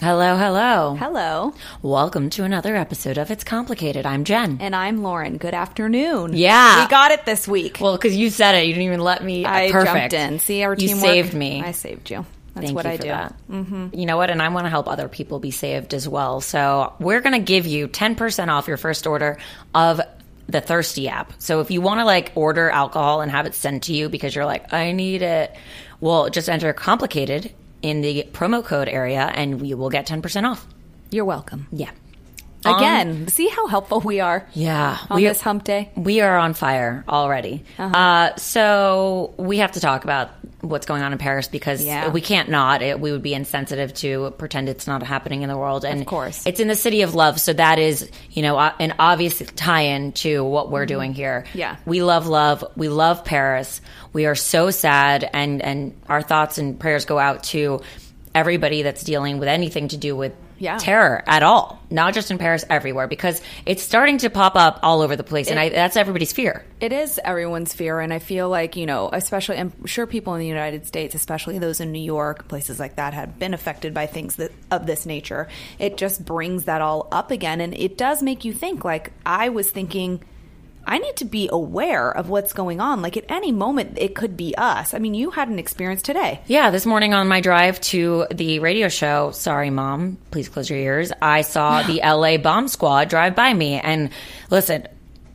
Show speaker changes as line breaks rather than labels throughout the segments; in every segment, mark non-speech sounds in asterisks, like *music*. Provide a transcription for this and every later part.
Hello, hello.
Hello,
Welcome to another episode of It's Complicated. I'm Jen.
and I'm Lauren. Good afternoon.
Yeah.
we got it this week.
Well, because you said it, you didn't even let me.
I
Uh, perfect.
jumped in. See, our
you
teamwork.
saved me.
I saved you. That's
Thank
what
you
I
for
do. Mm-hmm.
that. You know what? And I want to help other people be saved as well. So we're going to give you 10% off your first order of the Thirsty app. So if you want to like order alcohol and have it sent to you because you're like, I need it, well, just enter complicated in the promo code area and we will get 10% off.
You're welcome.
Yeah. Um,
Again, see how helpful we are
Yeah.
on this hump day.
We are on fire already. uh
Uh-huh.
so we have to talk about what's going on in Paris because
Yeah.
we can't not. It, we would be insensitive to pretend it's not happening in the world. And of
course.
it's in the city of love, so that is you know uh, an obvious tie-in to what we're doing here.
Mm-hmm. Yeah.
we love love. We love Paris. We are so sad, and and our thoughts and prayers go out to everybody that's dealing with anything to do with
Yeah.
terror at all, not just in Paris, everywhere, because it's starting to pop up all over the place, and I, that's everybody's fear.
It is everyone's fear, and I feel like you know, especially I'm sure people in the United States, especially those in New York, places like that, have been affected by things that, of this nature. It just brings that all up again, and it does make you think. Like I was thinking, I need to be aware of what's going on. Like at any moment, it could be us. I mean, you had an experience today.
Yeah, this morning on my drive to the radio show, sorry, mom, please close your ears. I
*sighs*
saw the LA bomb squad drive by me. And listen,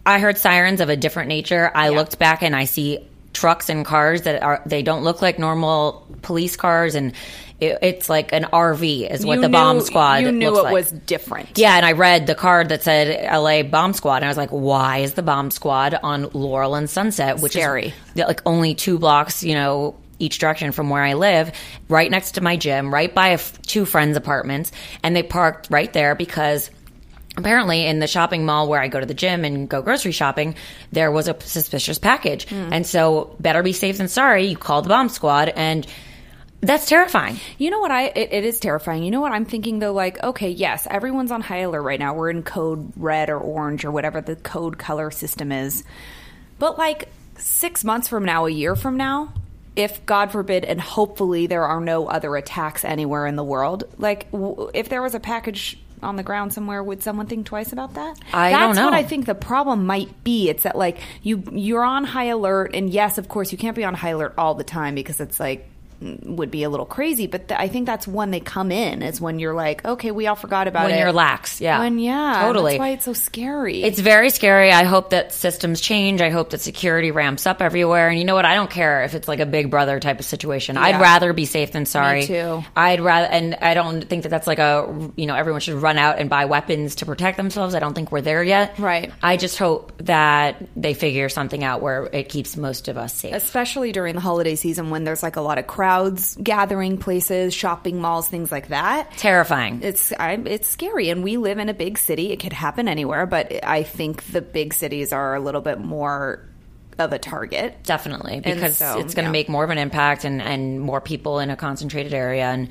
I heard sirens of a different nature. I looked back and I see trucks and cars that are, they don't look like normal police cars. And it, it's like an RV is what
You
the bomb
knew-
squad
You knew
looks
it
like.
was different.
Yeah, and I read the card that said LA Bomb Squad, and I was like, why is the Bomb Squad on Laurel and Sunset, which
Scary.
is like only two blocks, you know, each direction from where I live, right next to my gym, right by a f- two friends' apartments, and they parked right there because. Apparently, in the shopping mall where I go to the gym and go grocery shopping, there was a suspicious package.
Hmm.
And so, better be safe than sorry. You call the bomb squad, and that's terrifying.
You know what I it, it is terrifying. You know what I'm thinking though like okay, yes, everyone's on high alert right now. We're in code red or orange or whatever the code color system is. But like 6 months from now, a year from now, if God forbid and hopefully there are no other attacks anywhere in the world, like w- if there was a package on the ground somewhere would someone think twice about that?
I
That's
don't know.
what I think the problem might be. It's that like you you're on high alert and yes, of course you can't be on high alert all the time because it's like mm, would be a little crazy, but th- I think that's when they come in is when you're like, okay, we all forgot about it.
When you're lax, yeah.
When yeah,
Totally.
That's why it's so scary.
It's very scary. I hope that systems change. I hope that security ramps up everywhere. And you know what? I don't care if it's like a big brother type of situation. I'd
Yeah.
rather be safe than sorry.
too.
I'd rather, and I don't think that that's like a, you know, everyone should run out and buy weapons to protect themselves. I don't think we're there yet.
Right.
I just hope that they figure something out where it keeps most of us safe.
especially during the holiday season when there's like a lot of crowds gathering places, shopping malls, things like that.
Terrifying.
it's I'm, it's scary and we live in a big city it could happen anywhere but i think the big cities are a little bit more of a target
Definitely, because
so,
it's going to
yeah.
make more of an impact and, and more people in a concentrated area. And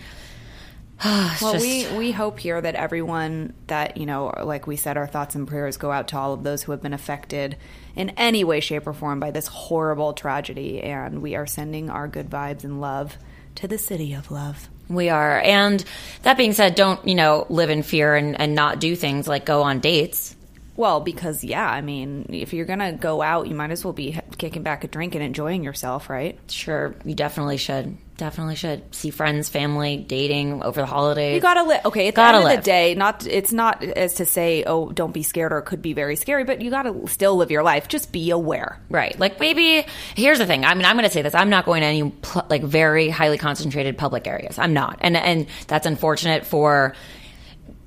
it's
well
just-
we we hope here that everyone that you know like we said our thoughts and prayers go out to all of those who have been affected in any way shape or form by this horrible tragedy and we are sending our good vibes and love to the city of love
We are. And that being said, don't, you know, live in fear and, and not do things like go on dates.
Well, because yeah, I mean, if you're gonna go out, you might as well be kicking back a drink and enjoying yourself, right?
Sure, you definitely should. Definitely should. See friends, family, dating over the holidays.
You gotta live. Okay, at the
Gotta
end of
live.
the day, not it's not as to say, oh, don't be scared or it could be very scary, but you gotta still live your life. Just be aware.
Right. Like maybe here's the thing. I mean, I'm going to say this. I'm not going to any pl- like very highly concentrated public areas. I'm not. And and that's unfortunate for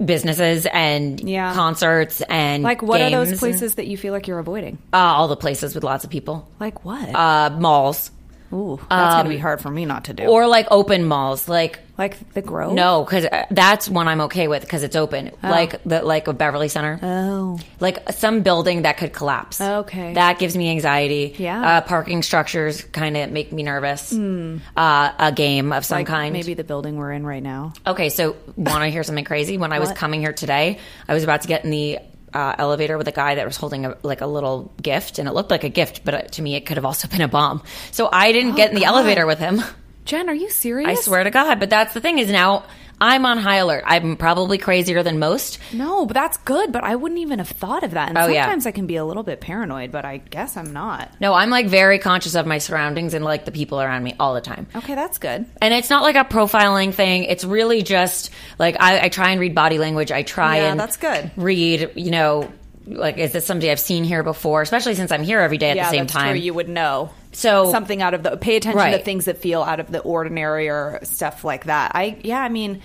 businesses and
Yeah.
concerts and
Like, what are
games
those
and-
places that you feel like you're avoiding?
uh, all the places with lots of people.
Like what?
Uh, malls.
Ooh, that's gonna be hard for me not to do.
or like open malls, like
like the Grove.
no, because that's one I'm okay with because it's open, like the like a Beverly Center,
Oh.
like some building that could collapse.
Okay.
that gives me anxiety.
Yeah. Hmm.
uh, parking structures kind of make me nervous. Uh, a game of some
Like
kind,
maybe the building we're in right now.
Okay, so want to hear something crazy? When I was
What?
coming here today, I was about to get in the uh, elevator with a guy that was holding a, like a little gift, and it looked like a gift, but uh, to me, it could have also been a bomb. So I didn't get in the
Oh, God.
elevator with him.
Jen, are you serious?
I swear to God. But that's the thing is now I'm on high alert. I'm probably crazier than most.
No, but that's good. But I wouldn't even have thought of that. And
Oh, yeah.
sometimes I can be a little bit paranoid, but I guess I'm not.
No, I'm like very conscious of my surroundings and like the people around me all the time.
Okay, that's good.
And it's not like a profiling thing. It's really just like I, I try and read body language. I try
Yeah,
and
that's good.
Read, you know, like is this somebody I've seen here before? Especially since I'm here every day at
yeah,
the same
that's
time.
true. You would know.
So-
something out of the pay attention to
Oh. Right.
things that feel out of the ordinary or stuff like that. I yeah, I mean,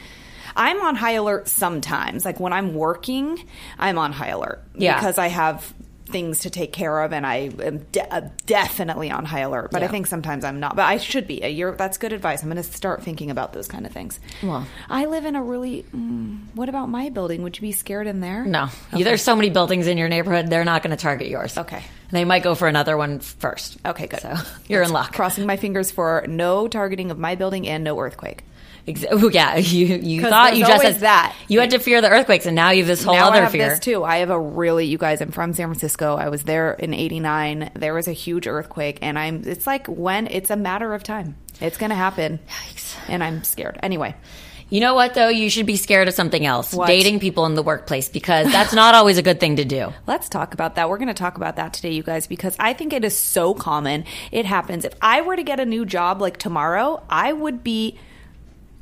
I'm on high alert sometimes. Like when I'm working, I'm on high alert
Yeah.
because I have things to take care of and I am de- uh, definitely on high alert. But I
Yeah.
think sometimes I'm not. But I should be. Uh, You're, that's good advice. I'm going to start thinking about those kind of things.
Well.
I live in a really. Mm, what about my building? Would you be scared in there?
no, You- there's so many buildings in your neighborhood. They're not going to target yours.
Okay.
they might go for another one first.
Okay, good.
So *laughs* you're in luck.
Crossing my fingers for no targeting of my building and no earthquake.
Ex- oh, *laughs* yeah, you you
'Cause
thought
there's
you just
always
had
that.
You had to fear the earthquakes, and now you have this whole
now
other
I have
fear.
this too. I have a really, you guys, I'm from San Francisco. I was there in 89. There was a huge earthquake, and I'm, it's like when, it's a matter of time. It's going to happen. And I'm scared. Anyway,
You know what though? You should be scared of something else.
What?
Dating people in the workplace
*laughs*
because that's not always a good thing to do.
let's talk about that. We're going to talk about that today, you guys, because I think it is so common. It happens. If I were to get a new job like tomorrow, I would be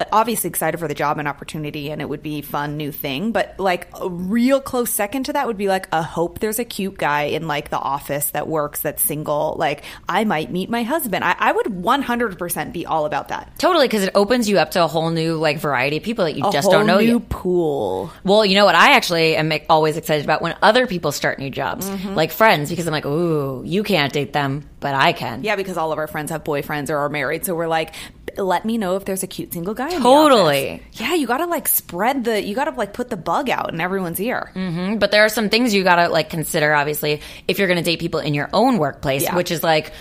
uh, obviously excited for the job and opportunity and it would be fun new thing but like a real close second to that would be like a hope there's a cute guy in like the office that works that's single like i might meet my husband i, I would 100% be all about that
Totally, because it opens you up to a whole new like variety of people that you
a
just
whole
don't know
new
you.
pool
Well, you know what I actually am always excited about when other people start new jobs,
Mm-hmm.
like friends, because I'm like, ooh, you can't date them, but I can.
yeah because all of our friends have boyfriends or are married so we're like let me know if there's a cute single guy in the
Totally.
office." yeah you gotta like spread the you gotta like put the bug out in everyone's ear
Mm-hmm. But there are some things you gotta like consider, obviously, if you're gonna date people in your own workplace,
Yeah.
which is like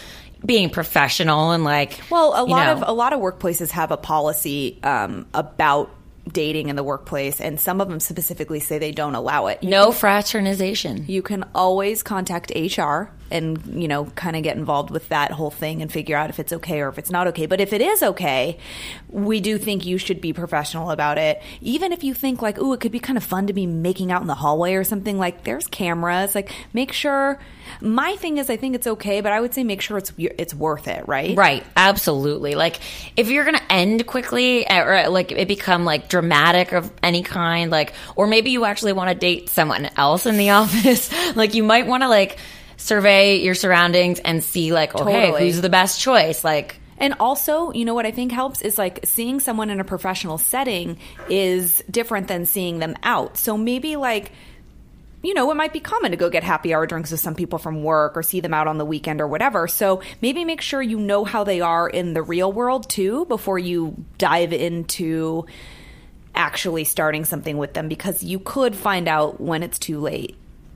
being professional and like
Well, a
you
lot
know.
of a lot of workplaces have a policy um, about dating in the workplace, and some of them specifically say they don't allow it. You-
no fraternization.
You can always contact HR and you know kind of get involved with that whole thing and figure out if it's okay or if it's not okay. But if it is okay, we do think you should be professional about it. Even if you think like, "Ooh, it could be kind of fun to be making out in the hallway or something." Like, there's cameras. Like, make sure. My thing is, I think it's okay, but I would say make sure it's it's worth it, right?
Right, absolutely. Like if you're gonna end quickly, uh, or like it become like dramatic of any kind, like or maybe you actually want to date someone else in the *laughs* office. like you might want to like survey your surroundings and see like, okay,
Totally.
who's the best choice? Like
And also, you know what I think helps is like seeing someone in a professional setting is different than seeing them out. So maybe like you know, it might be common to go get happy hour drinks with some people from work or see them out on the weekend or whatever. So maybe make sure you know how they are in the real world too before you dive into actually starting something with them because you could find out when it's too late,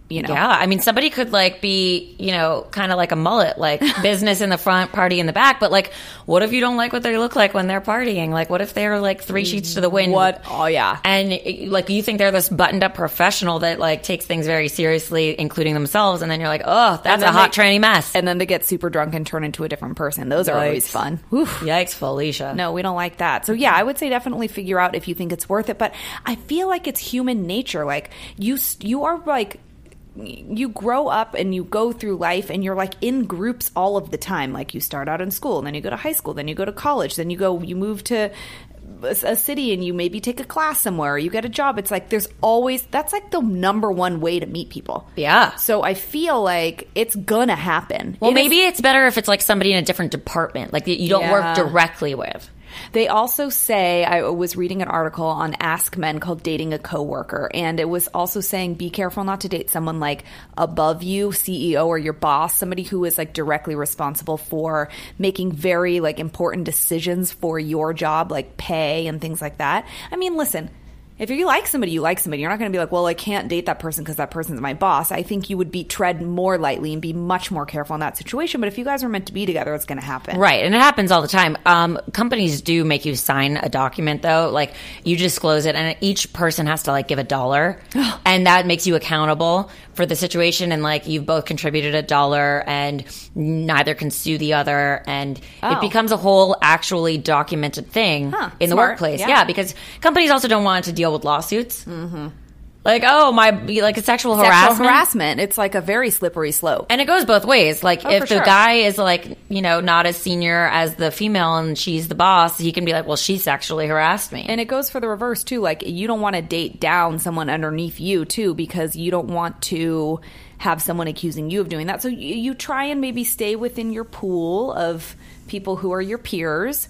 you know.
Yeah, I mean, somebody could like be, you know, kind of like a mullet, like business in the front, party in the back. But like, what if you don't like what they look like when they're partying? Like, what if they're like three sheets to the wind?
What? Oh, yeah.
And like, you think they're this buttoned up professional that like takes things very seriously, including themselves. And then you're like, oh, that's
then
a hot
they-
tranny mess.
And then they get super drunk and turn into a different person. Those are always
Yikes.
fun. Oof.
Yikes, Felicia.
No, we don't like that. So yeah, I would say definitely figure out if you think it's worth it. But I feel like it's human nature. Like you, s- you are like you grow up and you go through life and you're like in groups all of the time like you start out in school and then you go to high school then you go to college then you go you move to a a city and you maybe take a class somewhere or you get a job it's like there's always that's like the number one way to meet people
Yeah.
so i feel like it's gonna happen
Well,
It is-
maybe it's better if it's like somebody in a different department, like that you don't
Yeah.
work directly with.
They also say I was reading an article on Ask Men called "Dating a Coworker," and it was also saying be careful not to date someone like above you, CEO or your boss, somebody who is like directly responsible for making very like important decisions for your job, like pay and things like that. I mean, listen. If you like somebody, you like somebody. You're not going to be like, well, I can't date that person because that person's my boss. I think you would be tread more lightly and be much more careful in that situation. But if you guys are meant to be together, it's going to happen.
Right, and it happens all the time. Um, companies do make you sign a document, though. Like you disclose it, and each person has to like give a
*gasps*
dollar, and that makes you accountable for the situation. And like you've both contributed a dollar, and neither can sue the other, and it becomes a whole actually documented thing
Oh. Huh,
in the
smart,
workplace.
yeah.
Yeah. because companies also don't want to deal with lawsuits. Mm-hmm. Like oh my, like a sexual,
Sexual
harassment.
harassment. It's like a very slippery slope.
And it goes both ways. Like
Oh, for
if the
sure.
guy is like, you know, not as senior as the female and she's the boss, he can be like, well, she sexually harassed me.
And it goes for the reverse too. Like you don't want to date down someone underneath you too, because you don't want to have someone accusing you of doing that. So you, you try and maybe stay within your pool of people who are your peers.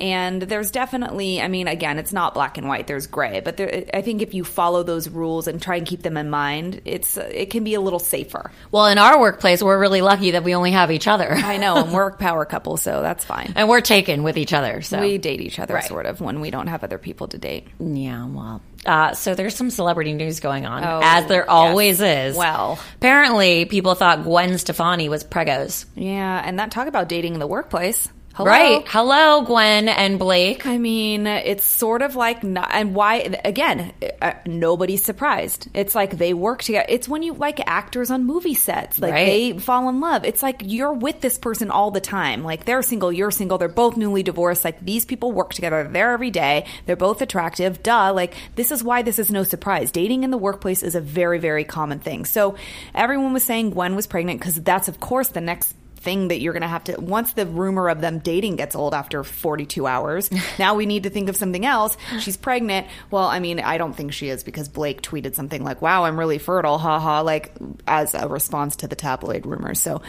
And there's definitely, I mean, again, it's not black and white. There's gray, but there, I think if you follow those rules and try and keep them in mind, it's it can be a little safer.
well, in our workplace, we're really lucky that we only have each other.
I know, and we're a power couple, so that's fine.
*laughs* and we're taken with each other. So,
We date each other sort of when we don't have other people to date.
yeah, well. Uh, so there's some celebrity news going on,
Oh,
as there
yes.
always is.
Well.
apparently, people thought Gwen Stefani was pregos.
Yeah, and that talk about dating in the workplace. Hello.
Right. Hello, Gwen and Blake.
I mean, it's sort of like, not, and why, again, uh, nobody's surprised. It's like they work together. It's when you, like, actors on movie sets, like,
Right.
they fall in love. It's like you're with this person all the time. Like, they're single, you're single, they're both newly divorced. Like, these people work together. They're there every day. They're both attractive. Duh. Like, this is why this is no surprise. Dating in the workplace is a very, very common thing. So, everyone was saying Gwen was pregnant because that's, of course, the next thing that you're going to have to once the rumor of them dating gets old after 42 *laughs* hours now we need to think of something else she's pregnant well i mean i don't think she is because blake tweeted something like wow i'm really fertile haha like as a response to the tabloid rumors so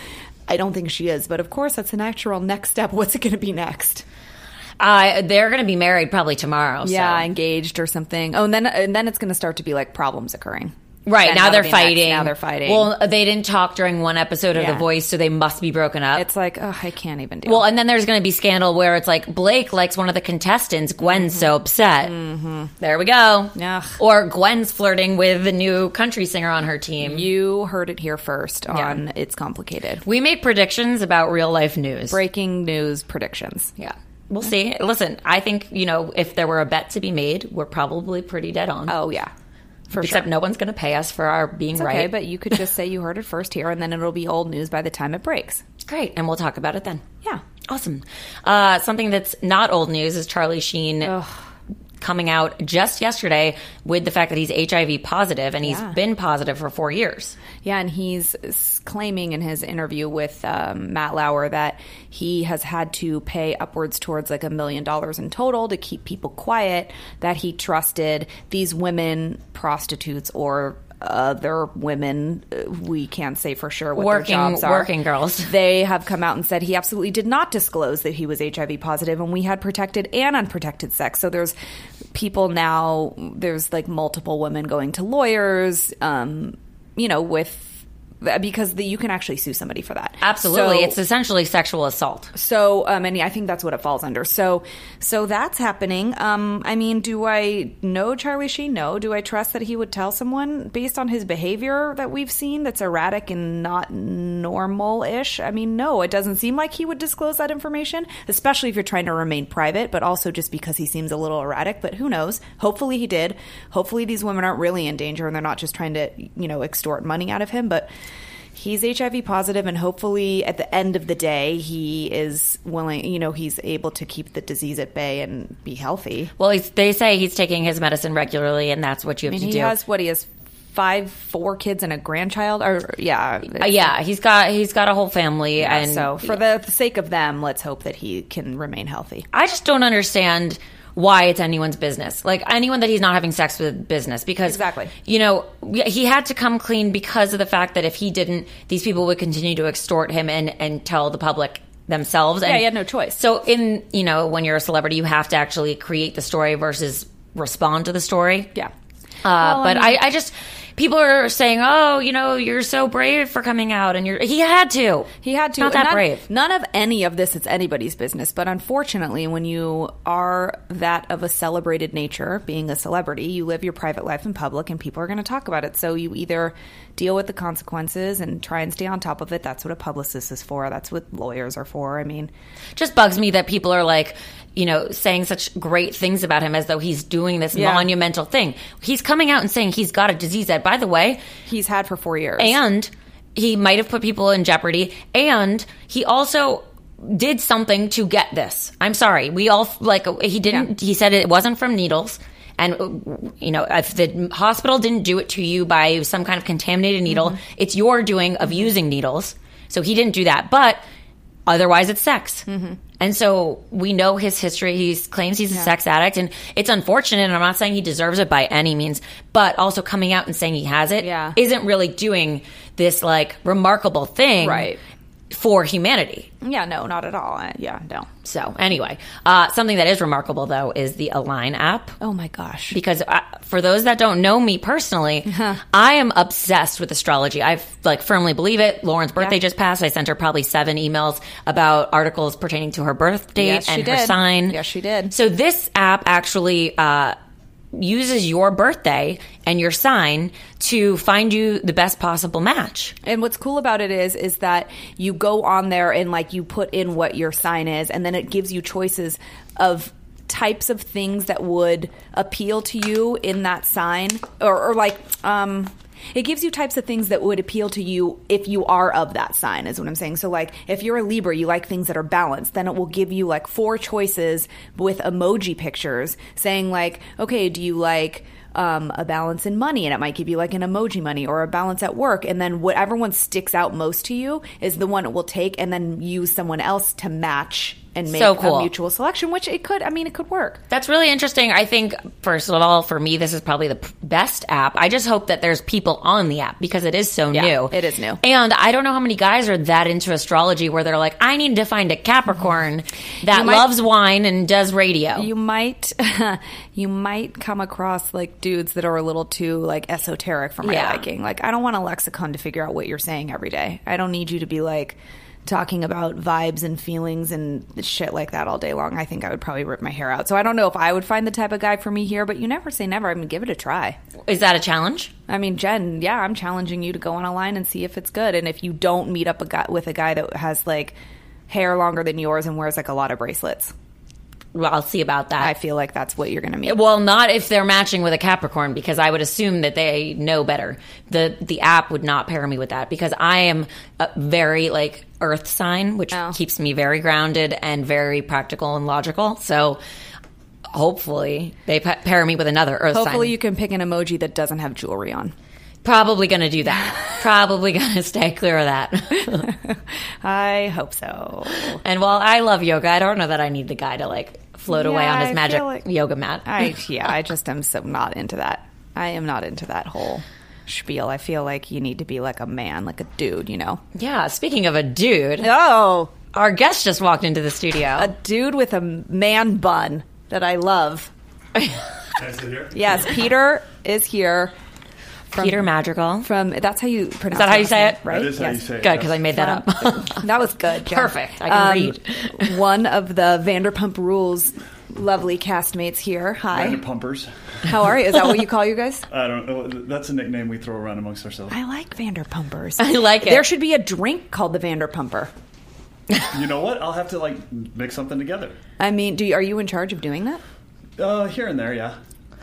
i don't think she is but of course that's a natural next step *laughs* what's it going to be next
Uh, they're going to be married probably tomorrow. so.
yeah engaged or something oh and then and then it's going to start to be like problems occurring
Right
Then
now
that'll
they're
be next.
fighting.
now they're fighting
Well, they didn't talk during one episode of
Yeah.
The Voice, so they must be broken up.
it's like oh i can't even do
well, and then there's going to be scandal where it's like Blake likes one of the contestants. Gwen's so upset. Mm-hmm. There we go.
Ugh.
Or Gwen's flirting with the new country singer on her team.
you heard it here first on it's complicated
we made predictions about real life news.
breaking news predictions.
Yeah, we'll see. Listen, I think you know if there were a bet to be made, we're probably pretty dead on.
Oh yeah, for
Except
sure.
no one's going to pay us for our being
It's
right.
okay, but you could just say you heard it first here, and then it'll be old news by the time it breaks.
great, and we'll talk about it then.
Yeah.
Awesome. Uh, something that's not old news is Charlie Sheen coming out just yesterday with the fact that he's HIV positive and he's
Yeah.
been positive for four years.
Yeah, and he's s- claiming in his interview with um, Matt Lauer that he has had to pay upwards towards like a million dollars in total to keep people quiet, that he trusted these women, prostitutes, or other women, uh, we can't say for sure what
Working-
their jobs are.
working girls.
They have come out and said he absolutely did not disclose that he was HIV positive, and we had protected and unprotected sex. So there's people now. There's like multiple women going to lawyers. Um, you know, with because the, you can actually sue somebody for that.
Absolutely.
So-
it's essentially sexual assault.
so, um, and I think that's what it falls under. So, so that's happening. Um, I mean, do I know Charlie Sheen? No. Do I trust that he would tell someone based on his behavior that we've seen that's erratic and not normal-ish? I mean, no. It doesn't seem like he would disclose that information, especially if you're trying to remain private. But also just because he seems a little erratic. But who knows? Hopefully he did. Hopefully these women aren't really in danger and they're not just trying to, you know, extort money out of him. But he's HIV positive, and hopefully, at the end of the day, he is willing. You know, he's able to keep the disease at bay and be healthy.
Well, he's, they say he's taking his medicine regularly, and that's what you have
I mean,
to
he
do.
has what he has five, four kids and a grandchild. Or yeah,
Uh, yeah, he's got he's got a whole family, and
so for the sake of them, let's hope that he can remain healthy.
I just don't understand why it's anyone's business. Like anyone that he's not having sex with business because
Exactly.
you know, he had to come clean because of the fact that if he didn't, these people would continue to extort him and and tell the public themselves.
Yeah, you had no choice.
So in you know when you're a celebrity, you have to actually create the story versus respond to the story.
Yeah.
Uh, but I, I just people are saying, oh, you know, you're so brave for coming out, and you're he had to.
He had to.
Not that
none,
brave.
None of any of this is anybody's business. But unfortunately, when you are that of a celebrated nature, being a celebrity, you live your private life in public and people are going to talk about it. So you either deal with the consequences and try and stay on top of it. That's what a publicist is for. That's what lawyers are for. I mean,
Just bugs me that people are like, you know, saying such great things about him as though he's doing this
Yeah.
monumental thing. He's coming out and saying he's got a disease that, by the way,
he's had for four years.
and he might have put people in jeopardy and he also did something to get this i'm sorry we all like he didn't he said it wasn't from needles and uh, you know if the hospital didn't do it to you by some kind of contaminated needle it's your doing of using needles so he didn't do that but otherwise it's sex and so we know his history he claims he's a sex addict and it's unfortunate and i'm not saying he deserves it by any means but also coming out and saying he has it
Yeah.
isn't really doing this like remarkable thing
Right.
for humanity.
Yeah, no, not at all. I, yeah, no.
So anyway, uh, something that is remarkable though is the Align app
Oh my gosh.
because I, for those that don't know me personally,
Uh-huh.
I am obsessed with astrology. I like firmly believe it. Lauren's birthday
Yeah.
just passed. I sent her probably seven emails about articles pertaining to her birth date
Yes, she
and her
did.
sign.
Yes, she did.
So this app actually uh, uses your birthday and your sign to find you the best possible match.
And what's cool about it is is that you go on there and like you put in what your sign is and then it gives you choices of types of things that would appeal to you in that sign or, or like um it gives you types of things that would appeal to you if you are of that sign is what i'm saying so like if you're a libra you like things that are balanced then it will give you like four choices with emoji pictures saying like okay do you like um, a balance in money, and it might give you like an emoji money or a balance at work. And then whatever one sticks out most to you is the one it will take, and then use someone else to match and make
So cool.
a mutual selection. Which it could, I mean, it could work.
That's really interesting. I think, first of all, for me, this is probably the p- best app. I just hope that there's people on the app because it is so new.
it is new.
And I don't know how many guys are that into astrology where they're like, I need to find a Capricorn that
You might-
loves wine and does radio.
You might, *laughs* you might come across like dudes that are a little too like esoteric for my
Yeah.
liking. Like I don't want a lexicon to figure out what you're saying every day. I don't need you to be like talking about vibes and feelings and shit like that all day long. I think I would probably rip my hair out. So I don't know if I would find the type of guy for me here, but you never say never. I mean, give it a try.
is that a challenge?
I mean, Jen, yeah, I'm challenging you to go on a line and see if it's good. And if you don't meet up a guy with a guy that has like hair longer than yours and wears like a lot of bracelets,
Well, I'll see about that.
I feel like that's what you're going to meet.
well, not if they're matching with a Capricorn, because I would assume that they know better. the The app would not pair me with that because I am a very like Earth sign, which
Oh.
keeps me very grounded and very practical and logical. So, hopefully, they pa- pair me with another Earth
Hopefully,
sign.
you can pick an emoji that doesn't have jewelry on.
Probably going to do
*laughs*
that. Probably going to stay clear of that.
I hope so.
and while I love yoga, I don't know that I need the guy to like float away
Yeah,
on
I
his
feel
magic
like-
yoga mat.
*laughs* I yeah, I just am so not into that. I am not into that whole spiel. I feel like you need to be like a man, like a dude, you know.
yeah. Speaking of a dude,
Oh,
our guest just walked into the studio.
a dude with a man bun that I love. *laughs* Yes, Peter is here. From,
Peter Madrigal.
from that's how you pronounce.
that how you
his
say
name,
it?
Right?
That is how you
Yes.
say it.
Good, because I made that
*laughs*
up. *laughs*
That was good. Jen.
Perfect. I can
read. *laughs* One of the Vanderpump Rules lovely castmates here. Hi.
Kind of pumpers.
How are you? Is that what you call you guys?
I don't know. That's a nickname we throw around amongst ourselves.
*laughs* I like Vanderpumpers.
I like it.
There should be a drink called the Vanderpumper.
You know what? I'll have to like mix something together.
I mean, do you, are you in charge of doing that?
Uh, here and there, yeah.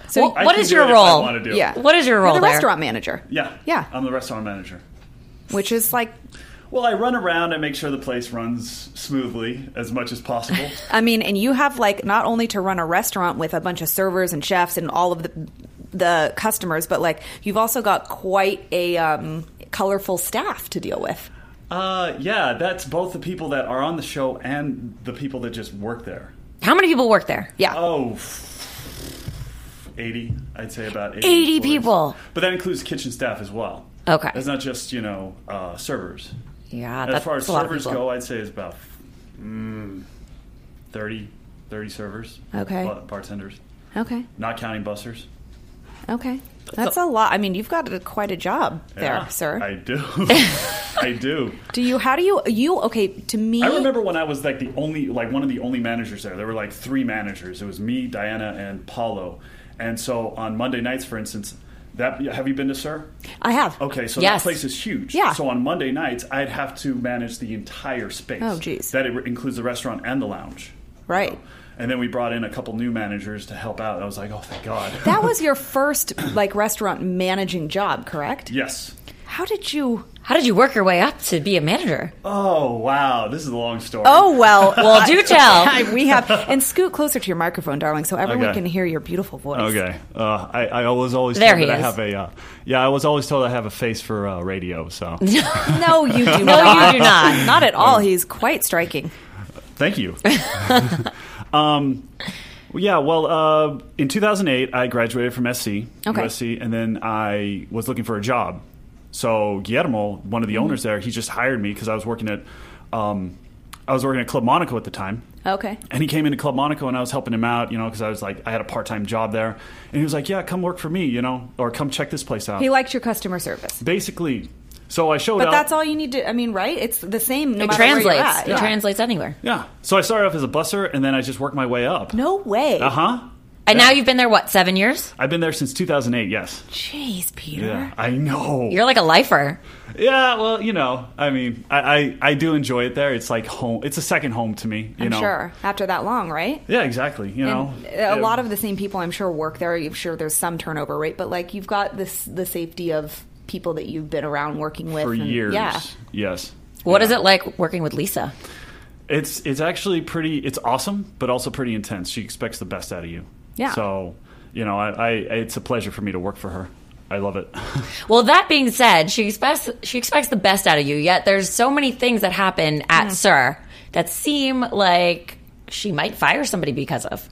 So
Well,
I
What
can
is
do
your
it if
role?
I want to do. it.
yeah,
What is your role
You're the
there?
restaurant manager.
Yeah.
Yeah.
I'm the restaurant manager.
which is like,
Well, I run around and make sure the place runs smoothly as much as possible.
*laughs*
I mean, and you have like not only to run a restaurant with a bunch of servers and chefs and all of the the customers, but like you've also got quite a um, colorful staff to deal with.
uh, yeah, that's both the people that are on the show and the people that just work there.
How many people work there?
Yeah.
Oh, f- 80. I'd say about 80.
80
employees.
people.
But that includes kitchen staff as well.
Okay.
That's not just, you know, uh, servers.
Yeah,
as far as
a lot of
servers
people.
go, I'd say it's about 30, 30 servers.
Okay.
ba- bartenders.
Okay.
Not counting busters.
Okay. That's a lot. I mean, you've got a, quite a job there,
Yeah,
sir.
*laughs*
I do. I do.
do you? How do you? You okay? To me,
I remember when I was like the only, like one of the only managers there. There were like three managers. It was me, Diana, and Paulo. And so on Monday nights, for instance, that have you been to Sir?
I have.
Okay, so
Yes.
that place is huge.
Yeah.
So on Monday nights, I'd have to manage the entire space.
Oh, geez.
That it includes the restaurant and the lounge.
Right.
And then we brought in a couple new managers to help out. I was like, oh, thank God.
That was your first like restaurant managing job, correct?
*laughs* yes.
How did you?
How did you work your way up to be a manager?
Oh, wow. This is a long story.
Oh well,
Well,
*laughs*
*laughs*
do tell.
we have and scoot closer to your microphone, darling, so everyone
Okay.
can hear your beautiful voice.
Okay. Uh, I, I was always
There
told
he
that
is.
I have a uh, yeah. I was always told I have a face for uh, radio. So
No,
*laughs*
you
No,
do not.
you do not.
*laughs* Not at all. He's quite striking.
thank you. *laughs* um, yeah. Well, uh, in 2008, I graduated from SC, USC, and then I was looking for a job. So Guillermo, one of
Mm-hmm.
the owners there, he just hired me because I was working at um, I was working at Club Monaco at the time.
Okay.
And he came into Club Monaco and I was helping him out, you know, because I was like, I had a part time job there. And he was like, yeah, come work for me, you know, or come check this place out.
He liked your customer service.
Basically, so I showed
But
up.
that's all you need to I mean, right? It's the same no
It
matter where you're
translates.
at.
It translates anywhere.
Yeah. So I started off as a busser and then I just worked my way up.
No way.
Uh huh.
And now you've been there what seven years?
I've been there since 2008, yes.
Jeez, Peter.
Yeah. I know.
You're like a lifer.
yeah, well, you know, I mean, I, I, I do enjoy it there. It's like home. It's a second home to me, you
I'm
know.
sure. After that long, right?
Yeah, exactly. You know,
And a lot of the same people I'm sure work there. I'm sure there's some turnover rate, but like you've got this the safety of people that you've been around working with
for
and-
years.
Yeah.
Yes.
What
Yeah.
is it like working with Lisa?
It's it's actually pretty. It's awesome, but also pretty intense. She expects the best out of you.
Yeah.
So, you know, I, I it's a pleasure for me to work for her. I
*laughs*
love it.
Well, that being said, she expects she expects the best out of you. Yet there's so many things that happen at
Hmm.
Sir that seem like she might fire somebody because of,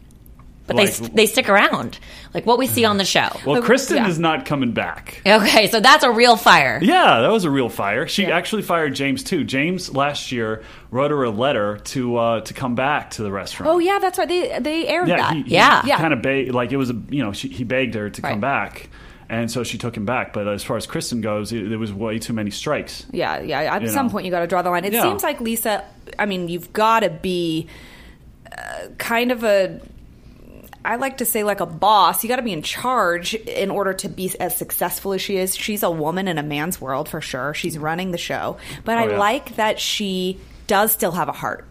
but they
Like- Hmm.
they stick around. Like what we see on the show.
Well, Kristen
Oh, yeah.
is not coming back.
Okay, so that's a real fire.
Yeah, that was a real fire. She actually fired James too. James last year wrote her a letter to uh, to come back to the restaurant.
Oh yeah, that's right. They they aired
yeah,
that.
he,
Yeah.
he
Yeah.
kind of ba- like it was a you know she, he begged her to
Right.
come back, and so she took him back. But as far as Kristen goes, it, there was way too many strikes.
Yeah, yeah. At
You
some
know.
point, you got to draw the line. It
Yeah.
seems like Lisa. I mean, you've got to be uh, kind of a. I like to say like a boss. You got to be in charge in order to be as successful as she is. She's a woman in a man's world for sure. She's running the show, but I
Oh, yeah.
like that she does still have a heart.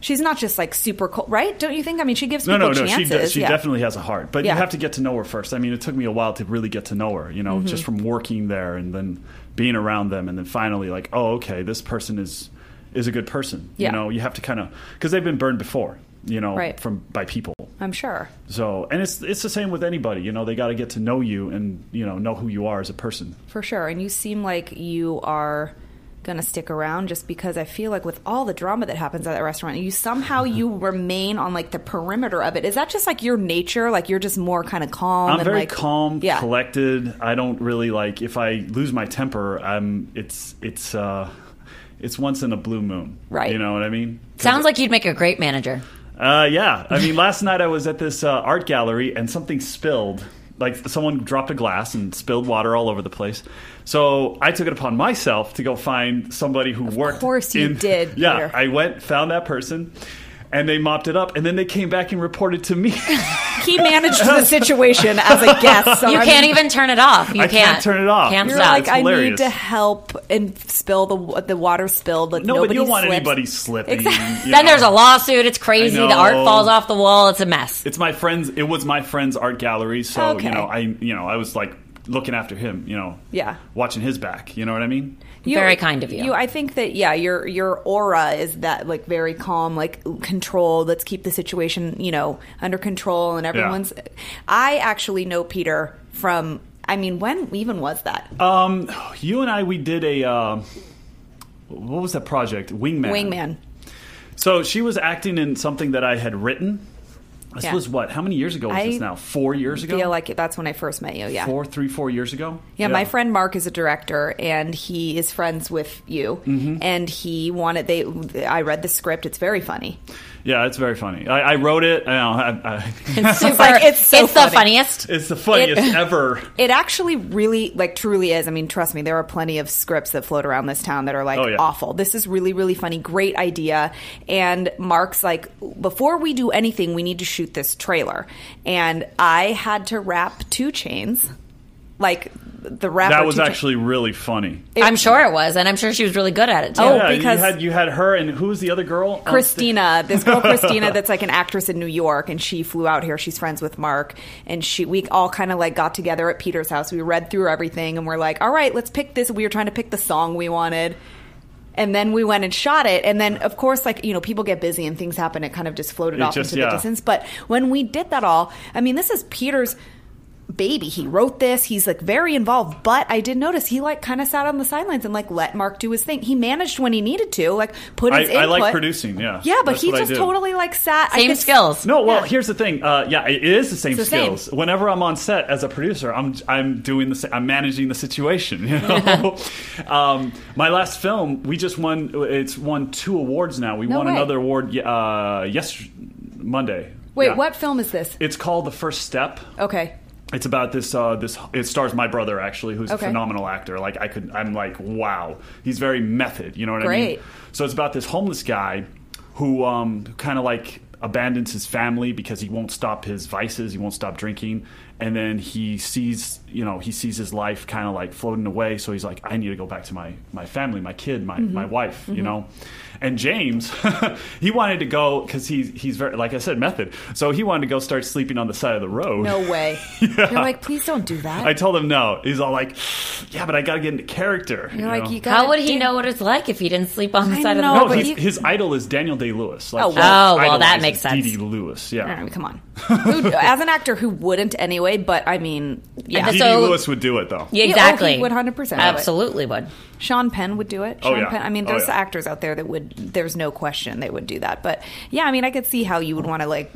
She's not just like super cold, right? Don't you think? I mean, she gives
No,
people
no, no. She,
chances.
does, she
yeah.
definitely has a heart, but
Yeah.
you have to get to know her first. I mean, it took me a while to really get to know her. You know,
Mm-hmm.
just from working there and then being around them, and then finally, like, oh, okay, this person is is a good person.
Yeah.
You know, you have to kind of because they've been burned before. You know,
Right.
from by people.
I'm sure.
So, and it's it's the same with anybody. You know, they got to get to know you and you know know who you are as a person.
For sure. And you seem like you are going to stick around just because I feel like with all the drama that happens at that restaurant, you somehow
Mm-hmm.
you remain on like the perimeter of it. Is that just like your nature? Like you're just more kind of calm.
I'm
and,
very
like,
calm,
Yeah.
collected. I don't really like if I lose my temper. I'm it's it's uh it's once in a blue moon.
Right.
You know what I mean? 'Cause
Sounds like you'd make a great manager.
Uh, yeah. I mean, last night I was at this uh, art gallery and something spilled. Like someone dropped a glass and spilled water all over the place. So I took it upon myself to go find somebody who worked.
course you
in- *laughs*
did,
Yeah,
Peter.
I went, found that person, and they mopped it up, and then they came back and reported to me. *laughs*
He managed the situation as a guest. So
You
I
can't
mean,
even turn it off. You
I can't turn it off.
Can't
You're
Yeah,
stop.
like,
it's
I need
hilarious.
to help and spill the the water spilled. Like
no, but
nobody
you don't want
slips.
anybody slipping.
Exactly. *laughs*
you
then
know.
there's a lawsuit. It's crazy.
I
The art
know.
falls off the wall. It's a mess.
It's my friend's. It was my friend's art gallery, so
Okay.
you know, I you know, I was like looking after him. You know,
Yeah.
watching his back. You know what I mean?
You-
Very kind of you.
I think that yeah, your your aura is that like very calm, like controlled. Let's keep the situation you know under control, and everyone's. I actually know Peter from. I mean, when even was that?
Um, you and I, we did a. um what was that project? Wingman.
Wingman.
So she was acting in something that I had written, This was what? How many years ago was
I
this now? Four years ago?
feel like that's when I first met you. Yeah.
four, three, four years ago?
Yeah, my friend Mark is a director, and he is friends with you. And he wanted they. I read the script; it's very funny.
Yeah, it's very funny. I, I wrote it. I know, I, I, *laughs* it's,
Super,
like, it's so
the
funny.
funniest.
the funniest ever.
It actually really, like, truly is. I mean, trust me, there are plenty of scripts that float around this town that are like
Oh, yeah.
awful. This is really, really funny. Great idea. And Mark's like, before we do anything, we need to shoot this trailer. And I had to wrap two chains, like the rapper.
That was
Two Chainz-
actually really funny.
I'm sure it was, and I'm sure she was really good at it too.
Oh,
yeah,
because-
you had you had her and who was the other girl? Um,
Christina, this
*laughs*
girl Christina, that's like an actress in New York, and she flew out here. She's friends with Mark, and she we all kind of like got together at Peter's house. We read through everything, and we're like, all right, let's pick this. We were trying to pick the song we wanted, and then we went and shot it. And then, of course, like you know, people get busy and things happen. It kind of just floated
It
off
just-
into
yeah.
the distance. But when we did that all, I mean, this is Peter's. Baby, he wrote this. He's like very involved, but I did notice he like kind of sat on the sidelines and like let Mark do his thing. He managed when he needed to, like put his
I, I like
input.
producing. Yeah,
Yeah, but
That's
he
what I
just
do.
totally like sat. I
Same
could-
skills.
No, well, here's the thing. Uh, yeah, it it is the same
the same.
skills. Whenever I'm on set as a producer, I'm I'm doing the sa- I'm managing the situation. *laughs* You
*laughs*
know, um, my last film, we just won. It's won two awards now. We
No
won
way.
another award ye- uh, yesterday, Monday.
Wait,
Yeah.
what film is this?
It's called The First Step.
Okay.
It's about this. Uh, this it stars my brother actually, who's
Okay.
a phenomenal actor. Like I could, I'm like, wow, he's very method. You know what I mean?
Great.
So it's about this homeless guy who um, kind of like abandons his family because he won't stop his vices, he won't stop drinking, and then he sees, you know, he sees his life kind of like floating away. So he's like, I need to go back to my my family, my kid, my my
Mm-hmm.
wife, you know. And James, *laughs* he wanted to go because he's he's very like I said method. So he wanted to go start sleeping on the side of the road. *laughs*
No way. You're like, please don't do that.
I told him no. He's all like, "Yeah, but I gotta get into character."
You're like, you got.
How would he know what it's like if he didn't sleep on the
I
side
know,
of
No,
the road?
but
he's,
you-
his idol is Daniel Day Lewis. Like,
Oh,
he
well.
Oh, well, that
idolizes
makes sense.
Dee Dee Lewis, yeah.
Come on. Who, as an actor who wouldn't anyway, but I mean, yeah.
And this-
Dee Dee
So-
Lewis would do it though.
Yeah,
oh, he
exactly.
would 100% do it.
Absolutely would.
Sean Penn would do it.
Oh,
Sean
yeah.
Penn. I mean,
Oh,
there's
yeah.
actors out there that would, there's no question they would do that. But yeah, I mean, I could see how you would want to like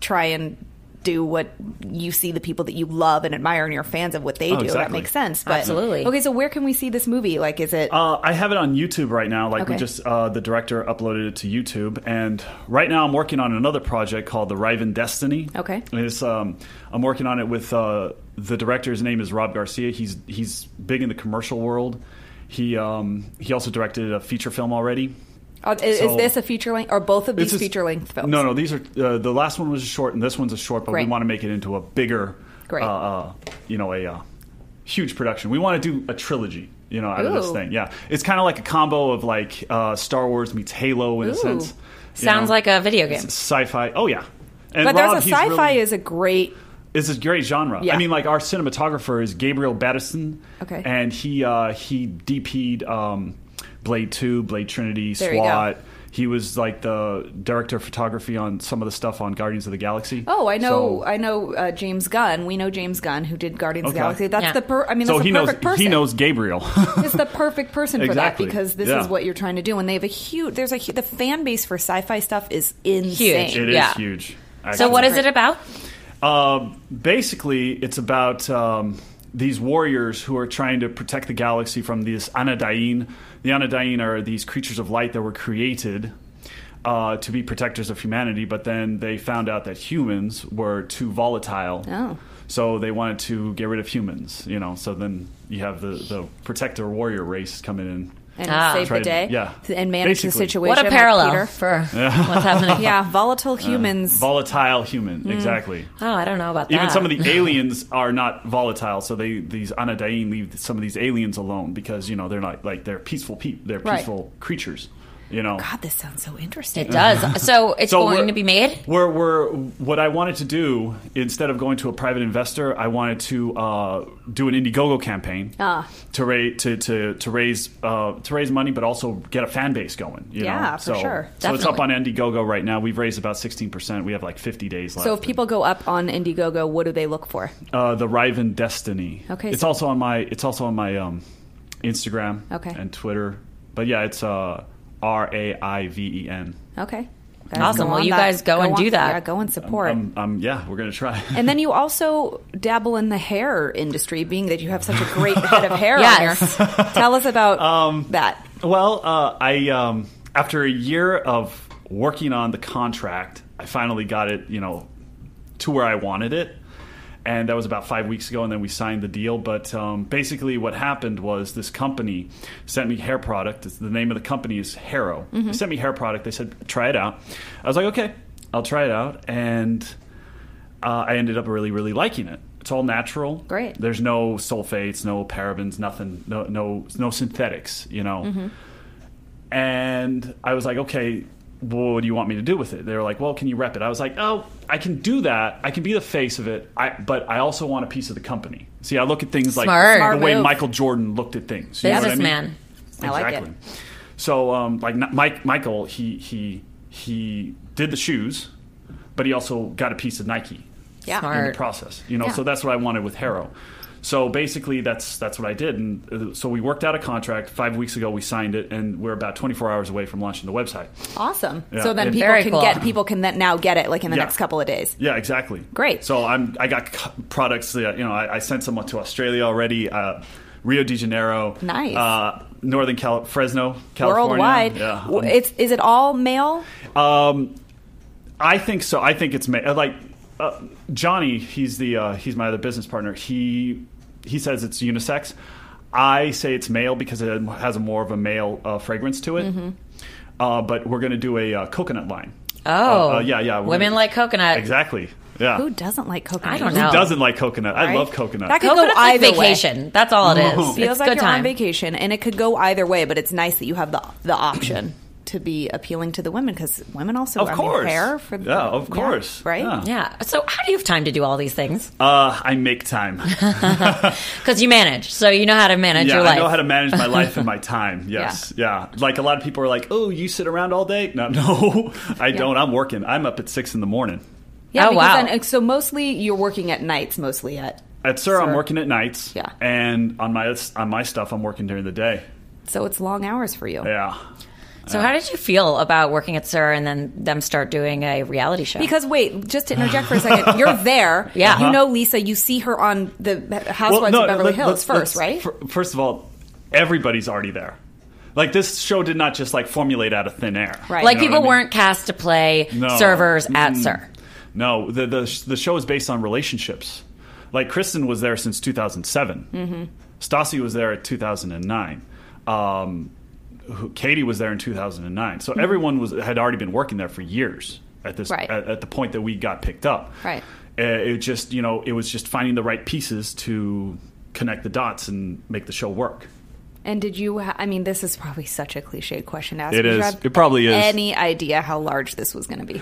try and do what you see the people that you love and admire and you're fans of what they do. That
Oh, exactly.
makes sense. But
Absolutely.
Okay, so where can we see this movie? Like, is it.
Uh, I have it on YouTube right now. Like we
Okay.
just, uh, the director uploaded it to YouTube, and right now I'm working on another project called The Riven Destiny.
Okay.
And it's, um, I'm working on it with uh, the director's name is Rob Garcia. He's he's big in the commercial world. He um, he also directed a feature film already.
Uh, is,
So-
is this a feature length? Are both of these
This is-
feature length films?
No, no, these are uh, the last one was a short, and this one's a short, but
Great.
we want to make it into a bigger,
Great.
Uh, uh, you know, a uh, huge production. We want to do a trilogy, you know, out of this
Ooh.
thing. Yeah, it's kind of like a combo of like uh, Star Wars meets Halo in
Ooh.
a sense. you
Sounds
know.
like a video game.
It's sci-fi. Oh yeah, and
But
Rob,
there's a
he's
sci-fi
really-
is a great.
it's a great genre.
Yeah.
I mean, like our cinematographer is Gabriel Battison.
Okay.
And he uh, he DP'd um, Blade Two, Blade Trinity,
There you go.
SWAT. He was like the director of photography on some of the stuff on Guardians of the Galaxy.
Oh, I know,
So,
I know uh, James Gunn. We know James Gunn who did Guardians of the
Okay.
Galaxy. That's
Yeah.
the per- I mean, that's
so
the
he knows
perfect person.
he knows Gabriel. *laughs*
It's the perfect person for
Exactly.
that because this
Yeah.
is what you're trying to do. And they have a huge. There's a hu- the fan base for sci-fi stuff is insane.
Huge.
it is
Yeah.
huge.
so
actually.
what is it about?
Um, basically, it's about um, these warriors who are trying to protect the galaxy from these Anadain. The Anadain are these creatures of light that were created uh, to be protectors of humanity, but then they found out that humans were too volatile.
Oh.
So they wanted to get rid of humans, you know. So then you have the, the protector warrior race coming in.
And
Ah.
save
Try
the
to-
day.
yeah.
And manage the
Basically.
situation.
What a
like
parallel
Peter.
*laughs*
for what's happening.
Yeah, volatile humans.
Volatile human, exactly.
Oh, I don't know about that.
Even some
*laughs*
of the aliens are not volatile, so they these Anadain leave some of these aliens alone because you know they're not like they're peaceful people, they're
Right.
peaceful creatures. You know,
God, this sounds so interesting.
It
*laughs*
does. So it's
So
going
we're-
to be made?
We're, we're what I wanted to do instead of going to a private investor, I wanted to uh, do an Indiegogo campaign
Ah.
to raise to to to raise uh, to raise money, but also get a fan base going. You
Yeah,
know?
for
so,
sure.
So it's up on
Definitely.
Indiegogo right now. We've raised about sixteen percent. We have like fifty days left.
So if people go up on Indiegogo, what do they look for?
Uh, the Riven Destiny.
Okay,
It's
so-
also on my it's also on my um, Instagram
Okay.
and Twitter. But yeah, it's uh, R A I V E N.
Okay. Guys,
Awesome.
go
Well,
on
you
that-
guys go and
on-
do that.
Yeah, go and support.
Um, um, yeah, we're gonna try. *laughs*
and then you also dabble in the hair industry, being that you have such a
*laughs*
great head of hair. on
Yes.
here. Tell us about
Um,
that.
Well, uh, I um, after a year of working on the contract, I finally got it, you know, to where I wanted it, and that was about five weeks ago. And then we signed the deal. But um, basically, what happened was this company sent me hair product. It's- The name of the company is Harrow. They sent me hair product. They said try it out. I was like, okay, I'll try it out, and uh, I ended up really, really liking it. It's all natural.
Great.
There's no sulfates, no parabens, nothing, no, no, no synthetics. You know. And I was like, okay, what do you want me to do with it? They were like, well, can you rep it? I was like, oh, I can do that. I can be the face of it. I, but I also want a piece of the company. See, I look at things like
Smart.
the
Smart
way
move.
Michael Jordan looked at things. You know what I mean?
Businessman.
I like it.
So, um, like not- Mike, Michael, he he he did the shoes, but he also got a piece of Nike
Yeah.
Smart.
in the process. You know,
Yeah.
so that's what I wanted with Harrow. So basically, that's that's what I did, and uh, so we worked out a contract five weeks ago. We signed it, and we're about 24 hours away from launching the website.
Awesome.
Yeah.
So then
And-
people
Very
can
cool.
get people can then now get it like in the
Yeah.
next couple of days.
Yeah, exactly.
Great.
So I'm I got c- products. Uh, you know, I, I sent someone to Australia already. Uh, Rio de Janeiro,
Nice.
Uh, Northern Cal- Fresno, California,
Worldwide,
Yeah,
W- it's is it all male?
Um, I think so. I think it's ma- uh, like uh, Johnny. He's the uh, he's my other business partner. He he says it's unisex. I say it's male because it has a more of a male uh, fragrance to it. Uh, but we're going to do a uh, coconut line.
Oh.
Uh, uh, yeah, yeah. we're
Women
gonna-
like coconut.
Exactly. Yeah.
Who doesn't like coconut?
I don't
Who
know.
doesn't like coconut? I
Right?
love coconut.
That could
Coconut's
go
like
either way.
vacation. That's all it is.
Ooh.
feels
it's
like
good
you're on
time.
vacation and it could go either way but it's nice that you have the the option to be appealing to the women because women also
Of
I mean,
course.
hair for the,
Yeah, of course.
right
Yeah.
Yeah. So how do you have time to do all these things?
uh, I make time.
Because you manage. So you know how to manage
yeah,
your life.
I know how to manage my life and my time. Yes, yeah. Like a lot of people are like, "Oh, you sit around all day?" No, *laughs* no, I don't. I'm working. I'm up at six in the morning.
yeah
Oh,
because
wow.
then- so mostly you're working at nights mostly at
At Sir,
Sir.
I'm working at nights.
Yeah.
and on my on my stuff, I'm working during the day.
so it's long hours for you
Yeah,
so how did you feel about working at Sir and then them start doing a reality show?
because wait, just to interject for a second, *laughs* you're there.
Yeah.
you
Uh-huh.
know Lisa. You see her on the Housewives of Beverly
let-
Hills
let's-
1st
let's-
right?
fir- first of all, everybody's already there. Like this show did not just like formulate out of thin air.
Right.
like
You
people
know what I mean?
weren't cast to play
No.
servers at
Mm.
Sir.
No, the, the the show is based on relationships. Like Kristen was there since 2007.
Mm-hmm.
Stassi was there at 2009. Um, who- Katie was there in 2009. So
Mm-hmm.
everyone was had already been working there for years at this
Right.
at, at the point that we got picked up.
Right.
Uh, it just you know it was just finding the right pieces to connect the dots and make the show work.
And did you? Ha- I mean, this is probably such a cliched question to ask.
It
but did you
is.
have
It probably is.
Any idea how large this was going to be?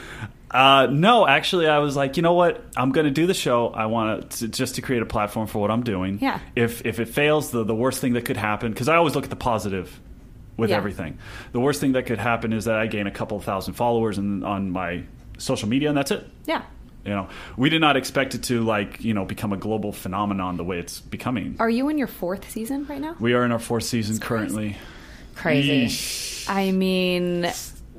Uh, no, actually, I was like, you know what? I'm going to do the show. I want to just to create a platform for what I'm doing.
Yeah.
If if it fails, the the worst thing that could happen because I always look at the positive with
Yeah.
everything. The worst thing that could happen is that I gain a couple thousand followers and on my social media, and that's it.
Yeah.
You know, we did not expect it to like you know become a global phenomenon the way it's becoming.
Are you in your fourth season right now?
we are in our fourth season currently.
Crazy.
Yeesh.
I mean,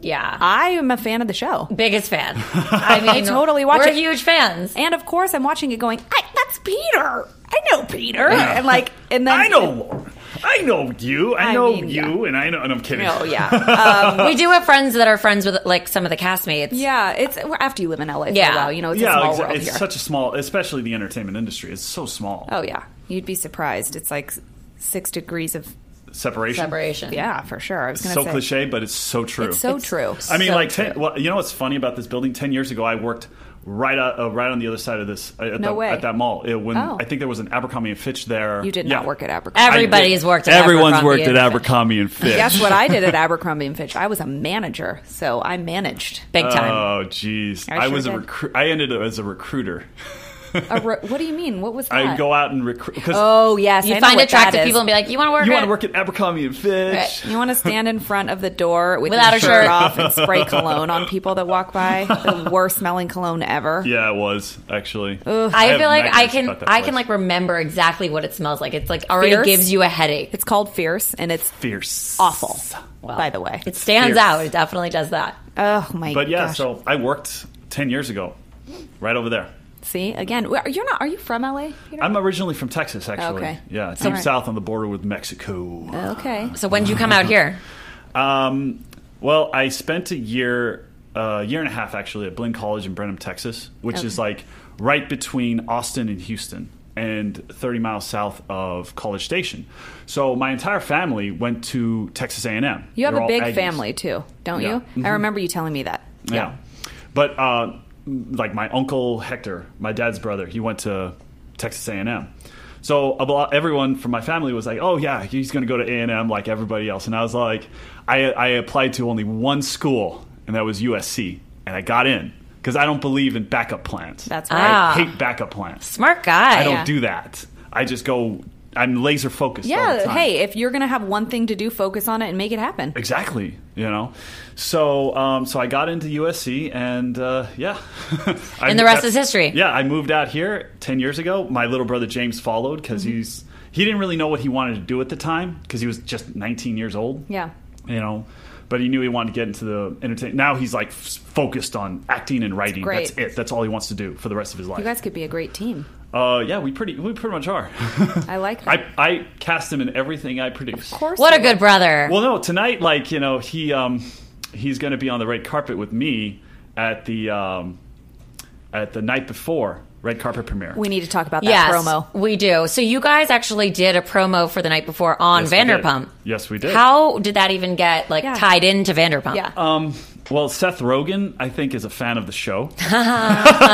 Yeah.
I am a fan of the show,
Biggest
*laughs*
fan. I mean,
totally watch
we're
it.
huge fans.
and of course, I'm watching it, going, I, "That's Peter. I know Peter." And like, and then
I know Lauren. I know you. I,
I
know
mean,
you, and I know. And I'm kidding.
*laughs* Oh yeah,
we do have friends that are friends with like some of the castmates.
yeah. It's well, after you live in LA for
Yeah.
a while, you know, it's
yeah,
a small
exa-
world
it's
here.
such a small, especially the entertainment industry. It's so small.
oh yeah, you'd be surprised. It's like six degrees of
Separation.
Separation.
yeah, for sure. I was going to
So
say
cliche, but it's so true.
It's so true.
I mean,
so
like, ten, well, you know what's funny about this building? Ten years ago, I worked right out, uh, right on the other side of this uh, at,
No
that,
way.
at that mall. It- when
Oh.
I think there was an Abercrombie and Fitch there.
you did
Yeah.
not work
*laughs*
at Abercrombie.
I did.
Everybody's worked at
Everyone's
Abercrombie and
worked at
Fitch.
Abercrombie and Fitch.
Guess what I did at Abercrombie and Fitch? I was a manager, so I managed.
Big time.
Oh, jeez.
I
I,
sure
was a
did.
recruit. I ended up as a recruiter.
A ro- what do you mean? What was that?
I go out and recruit because
Oh yes,
You
I know
find
what that
attractive
is.
people and be like, you want to work?
you
at-
want to work at Abercrombie and Fitch.
Right.
You want to stand in front of the door with
Without
your
a shirt.
off and
*laughs*
spray cologne on people that walk by. The worst smelling cologne ever.
Yeah, it was actually.
*laughs* I,
have
feel like I
nightmares
can
about that
I can
place.
like remember exactly what it smells like. It's like already
Fierce?
gives you a headache.
It's called Fierce, and it's
fierce.
awful.
Well,
by the way,
It stands
Fierce.
out. It definitely does that.
oh my.
But yeah,
gosh.
so I worked ten years ago, right over there.
see again, wh- you're not. Are you from LA? Peter?
I'm originally from Texas, actually.
Okay.
Yeah, deep
All right.
south on the border with Mexico.
okay.
Uh, So when did you come out here?
Um, well, I spent a year, a year and a half actually, at Blinn College in Brenham, Texas, which is like right between Austin and Houston, and 30 miles south of College Station. So my entire family went to Texas A&M.
You have
They're
a
all
big
Aggies.
family too, don't
Yeah. Mm-hmm.
you? I remember you telling me that.
Yeah. But uh, like my uncle Hector, my dad's brother, he went to Texas A&M. So a lot, everyone from my family was like, "Oh yeah, he's going to go to A&M like everybody else." And I was like, I, I applied to only one school, and that was USC, and I got in because I don't believe in backup plans.
That's
I
right. Ah.
Ah.
hate backup plans.
Smart guy.
I don't
yeah.
do that. I just go. I'm laser focused. all the
yeah.
time.
Hey, if you're gonna have one thing to do, focus on it and make it happen.
Exactly. You know, so um, so I got into USC, and uh, yeah, *laughs* I-
And the rest
that's-
is history.
Yeah, I moved out here ten years ago. My little brother James followed because
Mm-hmm.
he's he didn't really know what he wanted to do at the time because he was just 19 years old.
Yeah.
you know. But he knew he wanted to get into the entertainment. Now he's like f- focused on acting and writing.
great.
That's it. That's all he wants to do for the rest of his life.
You guys could be a great team.
uh, yeah, we pretty we pretty much are. *laughs*
I like that.
I I cast him in everything I produce.
of course.
what a
you
good brother.
Well, no, tonight, like you know, he um, he's going to be on the red carpet with me at the um, at the night before red carpet premiere.
*laughs* We need to talk about that
yes,
promo.
we do. So you guys actually did a promo for the night before on
Yes, we did.
Vanderpump.
Yes, we did.
How did that even get like
Yeah.
tied into Vanderpump?
Yeah.
*laughs* Um, well, Seth Rogen, I think, is a fan of the show.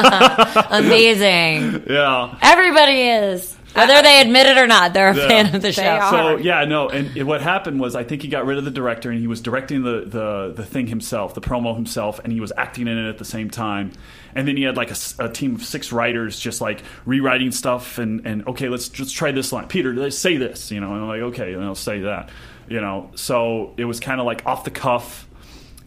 Amazing.
*laughs* yeah.
Everybody is. Whether they admit it or not, they're a
Yeah.
fan of the show.
So yeah, no, and it- what happened was I think he got rid of the director and he was directing the, the the thing himself, the promo himself, and he was acting in it at the same time. And then he had like a, s- a team of six writers just like rewriting stuff and and okay, let's let's try this line, Peter, let's say this, you know, and I'm like okay, and I'll say that, you know. So it was kind of like off the cuff,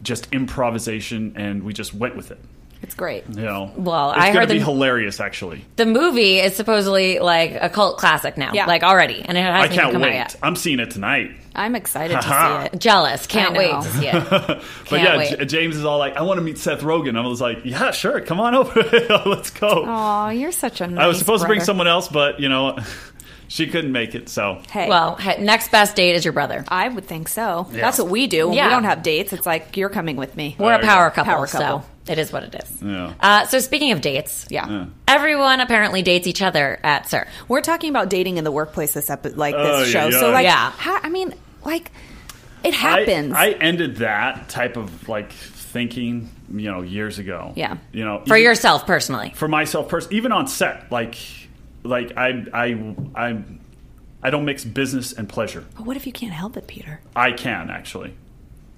just improvisation, and we just went with it.
It's great.
You know,
Well,
it's
I
gonna
heard
be
them-
hilarious actually.
The movie is supposedly like a cult classic now,
Yeah.
like already, and it
I
hasn't even
can't
come
wait.
out
I'm seeing it tonight.
I'm excited to
*laughs* Aha.
see
yet.
it.
Jealous, can't
I
wait
know.
to see it.
But
Can't
yeah,
wait.
J- James is all like, "I want to meet Seth Rogen." I was like, "Yeah, sure, come on over, *laughs* let's go."
Oh, you're such a nice
I was supposed to bring
brother.
someone else, but you know, *laughs* she couldn't make it. So
*laughs* Hey,
well, he- next best date is your brother.
I would think so. That's what we do. When
Yeah.
We don't have dates. It's like you're coming with me.
We're a
There you
power
go.
couple,
Power couple.
so it is what it is.
Yeah.
Uh, so speaking of dates,
yeah.
everyone apparently dates each other at Sir.
We're talking about dating in the workplace this epi- like this
Oh,
show.
yeah.
So like
Yeah.
how, I mean, like it
I-
happens.
I, ended that type of like thinking, you know, years ago.
Yeah.
you know,
For
even-
yourself personally,
for myself personally, even on set, like, like I, I, I, I don't mix business and pleasure.
but what if you can't help it, Peter?
I can actually.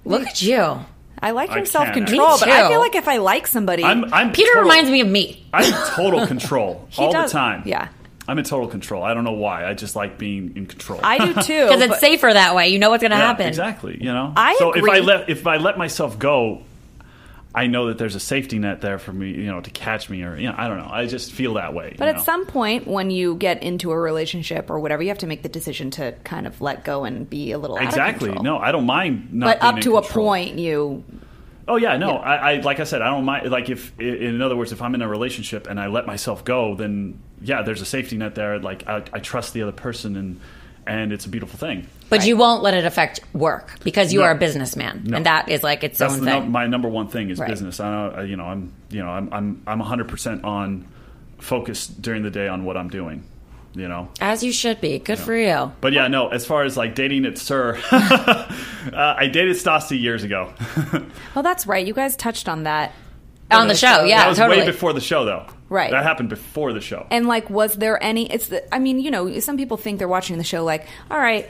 look at you.
I like
I
your self
can.
control,
Me
but I
too.
feel like if I like somebody
I'm, I'm
Peter
total-
reminds me of me.
I'm in
*laughs*
total control all
does-
the time.
yeah.
I'm in total control. I don't know why. I just like being in control.
I
*laughs*
do too.
Because it's
Oh, but
safer that way. You know what's going to
Yeah,
happen.
Exactly. You know.
I
so if
agree.
I let if I let myself go, I know that there's a safety net there for me. You know, to catch me or you know, I don't know. I just feel that way.
but
you
at
know?
some point when you get into a relationship or whatever, you have to make the decision to kind of let go and be a little out of
exactly.
control.
No, I don't mind. Not
But
being
up
in
to a
control.
point you
Oh yeah, no. I, I like I said, I don't mind. Like if i- in other words, if I'm in a relationship and I let myself go, then yeah, there's a safety net there. Like I, I trust the other person and and it's a beautiful thing.
But you won't let it affect work because you
No.
are a businessman,
No.
and that is like its
That's
own
the
thing.
num- my number one thing is
Right.
business. I, don't- I you know I'm you know I'm I'm I'm 100 percent on focused during the day on what I'm doing. You know,
As you should be. Good for you.
but yeah, no. As far as like dating at Sir, *laughs* uh, I dated Stassi years ago.
Well, that's right. You guys touched on that.
On the show, Oh, yeah,
*laughs* that was
totally.
way before the show, though.
Right.
That happened before the show.
And like, was there any? It's. The, I mean, you know, some people think they're watching the show like, all right,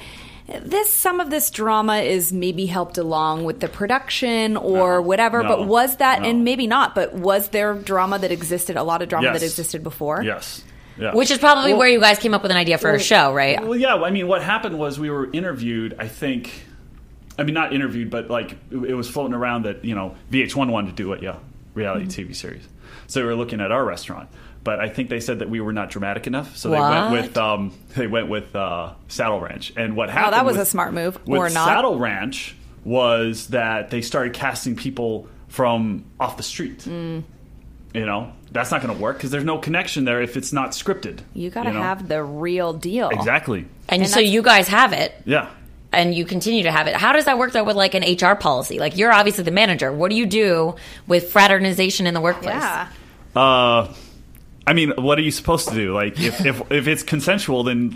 this some of this drama is maybe helped along with the production or
No.
whatever.
No.
But was that
No.
and maybe not? But was there drama that existed? A lot of drama
Yes.
that existed before.
Yes. Yeah.
Which is probably where you guys came up with an idea for a show, right?
Well, yeah. I mean, what happened was we were interviewed. I think, I mean, not interviewed, but like it it was floating around that you know VH1 wanted to do it, yeah,
Mm-hmm.
reality TV series. So we were looking at our restaurant, but I think they said that we were not dramatic enough, so they
What?
went with um, they went with uh, Saddle Ranch. And what happened?
Oh, that was
with-
a smart move,
With
or not.
Saddle Ranch was that they started casting people from off the street.
Mm.
You know, that's not going to work because there's no connection there if it's not scripted.
You got to
know?
have the real deal.
exactly.
and,
and
so
that's-
you guys have it
Yeah.
and you continue to have it. How does that work though with like an HR policy? Like you're obviously the manager. What do you do with fraternization in the workplace?
Yeah.
Uh, I mean, what are you supposed to do?
*laughs*
Like, if if, if it's consensual, then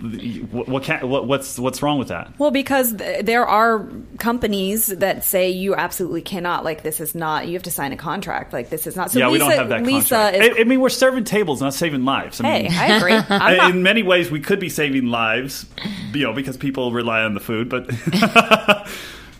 what, what, can, what what's what's wrong with that?
Well, because th- there are companies that say you absolutely cannot. Like this is not. You have to sign a contract. Like this is not. So
yeah,
Lisa,
we don't have that
Lisa
contract.
is.
I, I mean, we're serving tables, not saving lives. I
hey,
mean,
I
*laughs*
agree. I'm
I-
not,
in many ways, we could be saving lives, you know, because people rely on the food. But *laughs*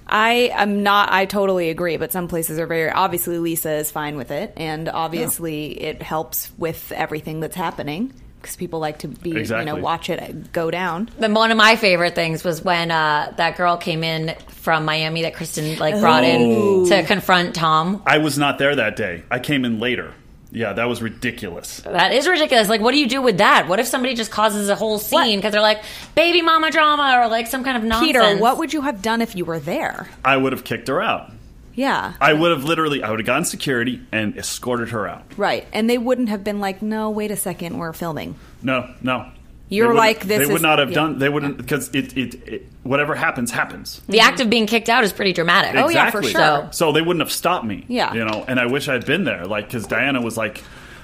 I am not. I totally agree. But some places are very obviously. Lisa is fine with it, and obviously it helps with everything that's happening because people like to be you know
Exactly.
watch it go down.
Then one of my favorite things was when uh, that girl came in from Miami that Kristen like brought
Oh.
in to confront Tom.
I was not there that day. I came in later. Yeah, that was ridiculous.
That is ridiculous. Like, what do you do with that? What if somebody just causes a whole scene because they're like baby mama drama or like some kind of nonsense?
Peter, what would you have done if you were there?
I would have kicked her out.
Yeah.
I would have literally, I would have gotten security and escorted her out.
Right. And they wouldn't have been like, no, wait a second, we're filming.
No, no.
You're
They would-
like, this
They would
is-
not have
yeah.
done. They wouldn't because it, it it whatever happens happens.
the act of being kicked out is pretty dramatic.
Oh, yeah, for
Exactly.
sure.
So, they wouldn't have stopped me.
Yeah.
You know, and I wish I had been there. Like because Diana was like,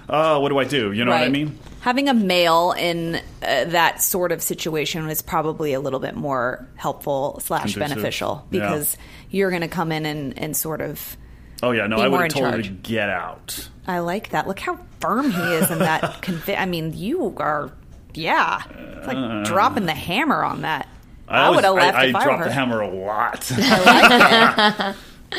"Oh, what do I do?" You know what I
Right.
mean?
Having a male in uh, that sort of situation is probably a little bit more helpful slash
Conducive.
beneficial
Yeah.
because you're going to come in and, and sort of.
Oh yeah, no,
Be
I
more
would have
in
told her to
charge.
get out.
I like that. Look how firm he is in that.
*laughs*
Convi- I mean, you are, yeah, it's like dropping the hammer on that. I,
always-
would have left
Uh, I,
if I,
dropped
were her.
the hammer
*laughs*
a lot.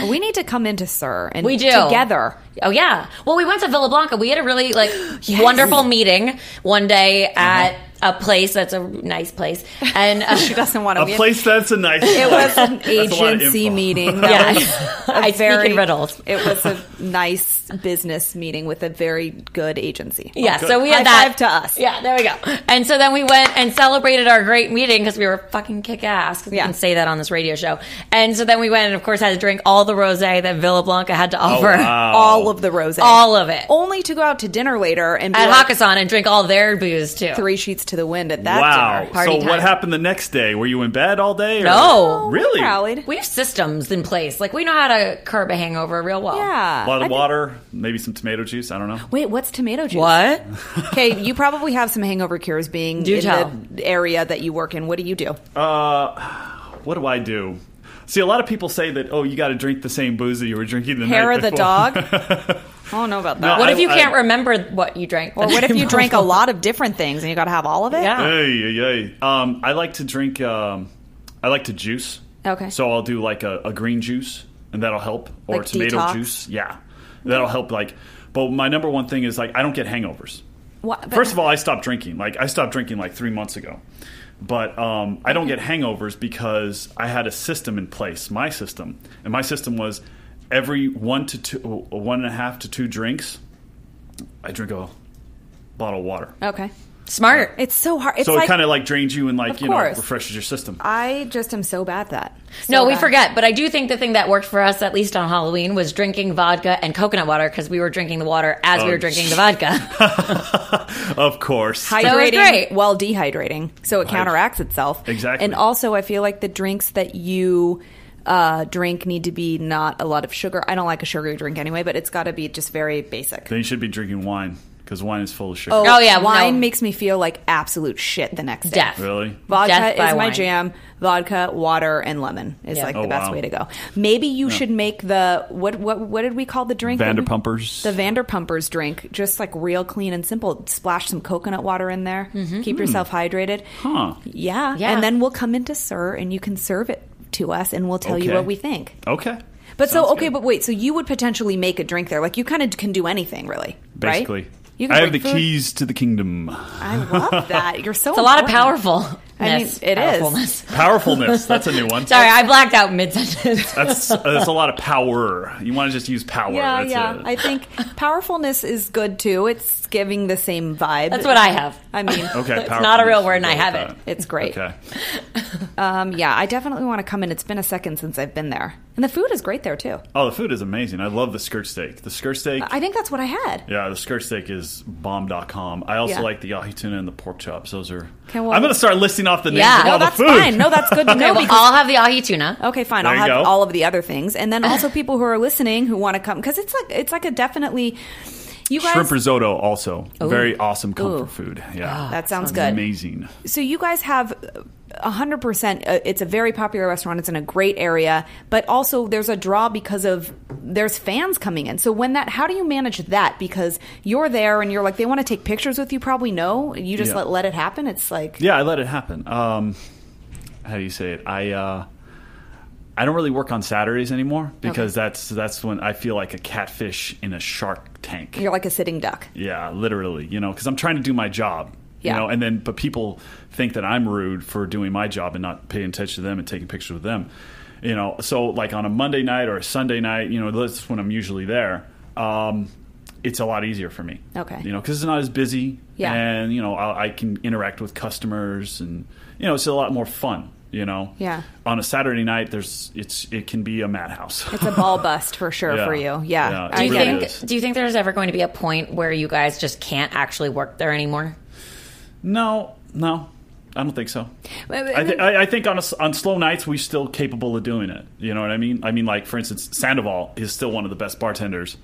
We need to come into Sir and
We do.
together.
Oh yeah. Well, we went to Villa Blanca. We had a really
*gasps*
like wonderful meeting one day
Uh-huh.
at a place that's a nice place,
*laughs*
and uh,
She doesn't want to.
a place that's a nice.
It was an
a lot of
agency
info.
meeting. That *laughs*
Yeah. *laughs*
was
*laughs*
a
I speak
very,
in riddles.
It was a nice business meeting with a very good agency.
Yeah, so we had
High
that
five to us.
Yeah, there we go. And so then we went and celebrated our great meeting because we were fucking kick ass. We
Yeah.
can say that on this radio show. And so then we went and of course had to drink all the rosé that Villa Blanca had to offer,
Oh, wow.
All of the
*laughs*
rose.
all of it
Only to go out to dinner later and be
at
like
Hakkasan and drink all their booze too.
three sheets to the wind at that
wow.
dinner.
So
party time.
what happened the next day? Were you in bed all day? Or?
No.
Really?
Rallied.
We have systems in place. Like we know how to curb a hangover real well.
yeah.
A lot
I
of
think-
water, maybe some tomato juice. I don't know.
Wait, what's tomato juice?
*laughs*
What?
Okay, you probably have some hangover cures being
Do
in
tell.
the area that you work in. What do you do?
Uh, what do I do? See, a lot of people say that, oh, you got to drink the same booze that you were drinking the
Hair of
night
the
before. *laughs*
dog? I don't know about that.
No,
What
I-
if you
I-
can't remember what you drank?
or *laughs*
*laughs*
what if you drank a lot of different things and you got to have all of it?
Yeah.
Ay, ay, ay. Um, I like to drink. Um, I like to juice.
Okay.
So I'll do like a, a green juice, and that'll help, or
Like
tomato
detox?
juice. Yeah, that'll help. Like, but my number one thing is like I don't get hangovers.
What- but-
First of all, I stopped drinking. Like I stopped drinking like three months ago, but um, I don't get hangovers because I had a system in place. My system, and my system was every one to two, uh, one and a half to two drinks, I drink a bottle of water.
Okay.
Smart.
It's so hard. It's
So
like
it kind of like drains you and like
Of
you know
course.
refreshes your system.
I just am so bad at that. So
No, we
bad.
forget. But I do think the thing that worked for us, at least on Halloween, was drinking vodka and coconut water because we were drinking the water as we
Oh,
were drinking
sh-
the
*laughs*
vodka. *laughs*
of course,
Hydrating
So it's great.
while dehydrating, so it counteracts itself.
Exactly.
And also, I feel like the drinks that you uh, drink need to be not a lot of sugar. I don't like a sugary drink anyway, but it's got to be just very basic.
then you should be drinking wine because because wine is full of sugar.
Oh, yeah,
wine
no.
makes me feel like absolute shit the next day.
Death.
Really?
Vodka
Death
is
by
my
wine.
jam. Vodka, water, and lemon is
Yeah.
like
Oh,
the best
wow.
way to go. Maybe you should make the what what what did we call the drink? that we-
Vanderpumpers.
The Vanderpumpers drink, just like real clean and simple. Splash some coconut water in there. Keep yourself hydrated.
huh.
Yeah.
Mm-hmm. Yeah.
And then we'll come into Sir and you can serve it to us and we'll tell you
Okay.
what we think.
Okay.
But
Sounds
so okay,
good.
but wait, so you would potentially make a drink there. Like you kind of can do anything really. right?
Basically.
You can
I have the
bring food.
keys to the kingdom.
I
*laughs*
love that. You're so
It's a lot of
important.
powerful.
I mean, it is.
Powerfulness. That's a new
*laughs*
one.
Sorry, I blacked out mid sentence.
That's that's a lot of power. You want to just use power.
Yeah,
That's
yeah.
it.
I think powerfulness is good too. It's giving the same
*laughs*
vibe.
That's what I have.
I mean.
Okay.
It's not a real
powerfulness.
word and I
Go with
have
that.
it.
It's great.
Okay.
Um, yeah, I definitely want to come in. It's been a second since I've been there, and the food is great there too.
Oh, the food is amazing. I love the skirt steak. The skirt steak.
I think that's what I had.
yeah, the skirt steak is bomb.com. I also
Yeah.
like the yahi tuna and the pork chops. Those are.
Okay, well-
I'm going to start listing off the names
Yeah.
of
No,
all
No,
the
that's
food.
fine. No, that's
*laughs*
good to know.
Okay, well,
because- Oh,
I'll have the ahi tuna.
Okay, fine.
There
I'll
you
have
go.
all of the other things, and then
*laughs*
also people who are listening who want to come because it's like it's like a definitely. You guys,
Shrimp risotto also. Very awesome comfort
Ooh.
food. Yeah.
that sounds good.
Amazing.
So you guys have a hundred percent. uh, It's a very popular restaurant. It's in a great area, but also there's a draw because of there's fans coming in. So when that, how do you manage that? Because you're there and you're like they want to take pictures with you. Probably no. You just
Yeah.
let let it happen. It's like
Yeah, I let it happen. Um, how do you say it? I uh, I don't really work on Saturdays anymore because that's that's when I feel like a catfish in a shark tank.
you're like a sitting duck.
Yeah, literally, you know, because I'm trying to do my job.
Yeah.
You know, and then but people think that I'm rude for doing my job and not paying attention to them and taking pictures with them. You know, so like on a Monday night or a Sunday night, you know, that's when I'm usually there. Um, it's a lot easier for me.
Okay.
You know, because it's not as busy.
Yeah.
And you know, I, I can interact with customers, and you know, it's a lot more fun. You know.
Yeah.
On a Saturday night, there's it's it can be a madhouse. *laughs*
It's a ball bust for sure
Yeah.
for you. Yeah.
Yeah, it
I
Do you
get
really
it.
is.
think?
is.
Do you think there's ever going to be a point where you guys just can't actually work there anymore?
No, no, I don't think so.
Wait, wait,
I, th-
and-
I, I think on a s on slow nights we still capable of doing it. You know what I mean? I mean, like for instance, Sandoval is still one of the best bartenders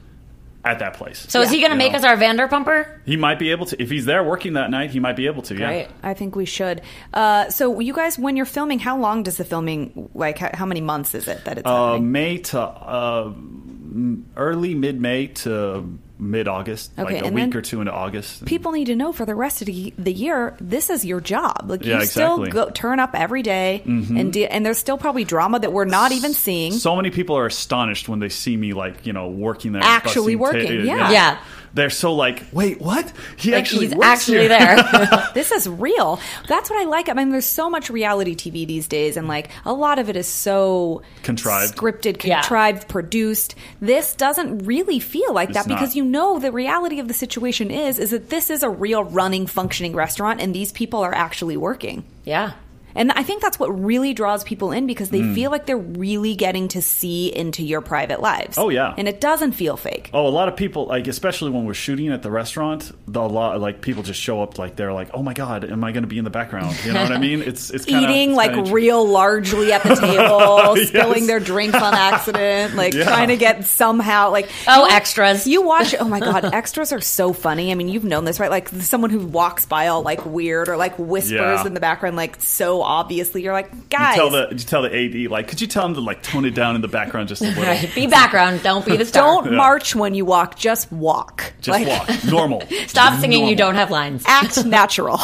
at that place.
So is he going to
You
make
know.
us our Vanderpumper?
he might be able to if he's there working that night. He might be able to.
Right.
Yeah.
I think we should. Uh, so you guys, when you're filming, how long does the filming like? How, how many months is it that it's
Uh,
happening?
May to uh, m- early mid May to mid August,
Okay,
like a
and
week
then
or two into August.
people need to know for the rest of the the year this is your job like you
Yeah, exactly. Mm-hmm.
still go turn up every day and de- and there's still probably drama that we're not even seeing
So many people are astonished when they see me, like you know, working there,
Actually
busting
working,
ta-
yeah.
Yeah.
They're so like, wait, what? He
Like
actually
he's
works
actually
*laughs*
here."
there.
this is real that's what i like i mean there's so much reality tv these days and like a lot of it is so
Contrived.
scripted
Yeah.
contrived produced this doesn't really feel like
It's
that because
not.
you know the reality of the situation is is that this is a real running functioning restaurant and these people are actually working
yeah.
And I think that's what really draws people in because
Mm.
they feel like they're really getting to see into your private lives.
Oh, yeah.
And it doesn't feel fake.
Oh, a lot of people like, especially when we're shooting at the restaurant, the a lot like people just show up like they're like, oh my god, am I going to be in the background? You know what I mean? It's it's kinda,
Eating
it's
like
kinda interesting.
real largely
*laughs*
at the table,
Yes.
spilling their drinks on accident, like
Yeah.
trying to get somehow like
Oh,
you-
extras.
You watch oh my god, extras are so funny. I mean, you've known this, right? Like someone who walks by all like weird or like whispers
Yeah.
in the background, like so obviously. You're like, guys,
You tell the you tell the AD like, could you tell him to like tone it down in the background just a little?
Right. Be background. Don't *laughs* be the star.
don't march when you walk, just walk.
Just
Like,
*laughs*
walk normal.
Stop singing.
Normal.
You don't have lines.
Act natural.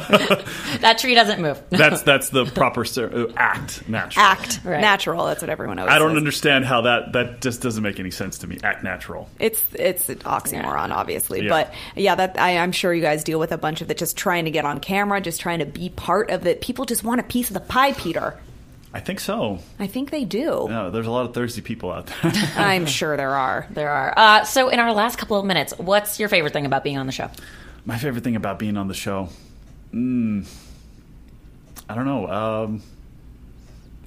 That tree doesn't move. *laughs*
That's that's the proper ser- uh, act natural.
act
Right.
natural. That's what everyone always.
I don't
says.
understand how that that just doesn't make any sense to me. Act natural.
It's it's an oxymoron, obviously,
Yeah.
but yeah, that I, I'm sure you guys deal with a bunch of that. Just trying to get on camera, just trying to be part of it. People just want a piece of the pie, Peter.
I think so.
I think they do.
No, there's a lot of thirsty people out there. *laughs*
I'm sure there are.
There are. Uh, so in our last couple of minutes, what's your favorite thing about being on the show?
My favorite thing about being on the show, mm, I don't know. Um,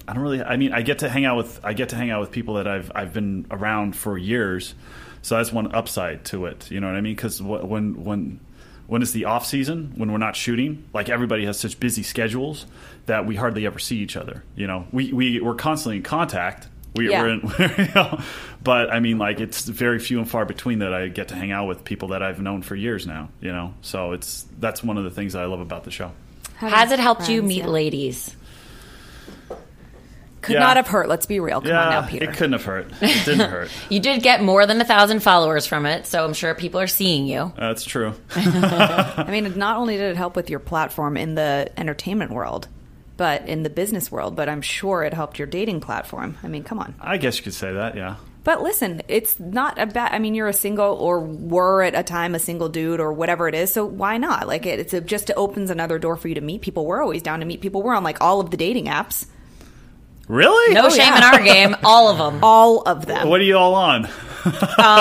I don't really. I mean, I get to hang out with I get to hang out with people that I've I've been around for years, so that's one upside to it. You know what I mean? Because when when when it's the off season, when we're not shooting, like everybody has such busy schedules that we hardly ever see each other. You know, we we we're constantly in contact. We,
Yeah.
We're in, *laughs* you know, but I mean, like it's very few and far between that I get to hang out with people that I've known for years now. You know, so it's that's one of the things I love about the show.
Having
Has it helped you
friends,
meet
yeah.
ladies?
Could
Yeah.
not have hurt. Let's be real. Come on now, Peter.
it couldn't have hurt.
*laughs*
It didn't hurt.
You did get more than a thousand followers from it, so I'm sure people are seeing you.
Uh, That's true.
I mean, not only did it help with your platform in the entertainment world, but in the business world, but I'm sure it helped your dating platform. I mean, come on.
I guess you could say that. Yeah.
But listen, it's not a bad. I mean, you're a single or were at a time a single dude or whatever it is. So why not? Like, it, it's a, just it opens another door for you to meet people. We're always down to meet people. We're on like all of the dating apps,
Really?
No shame in our *laughs* game, all of them.
all of them. Uh,
What are you all on?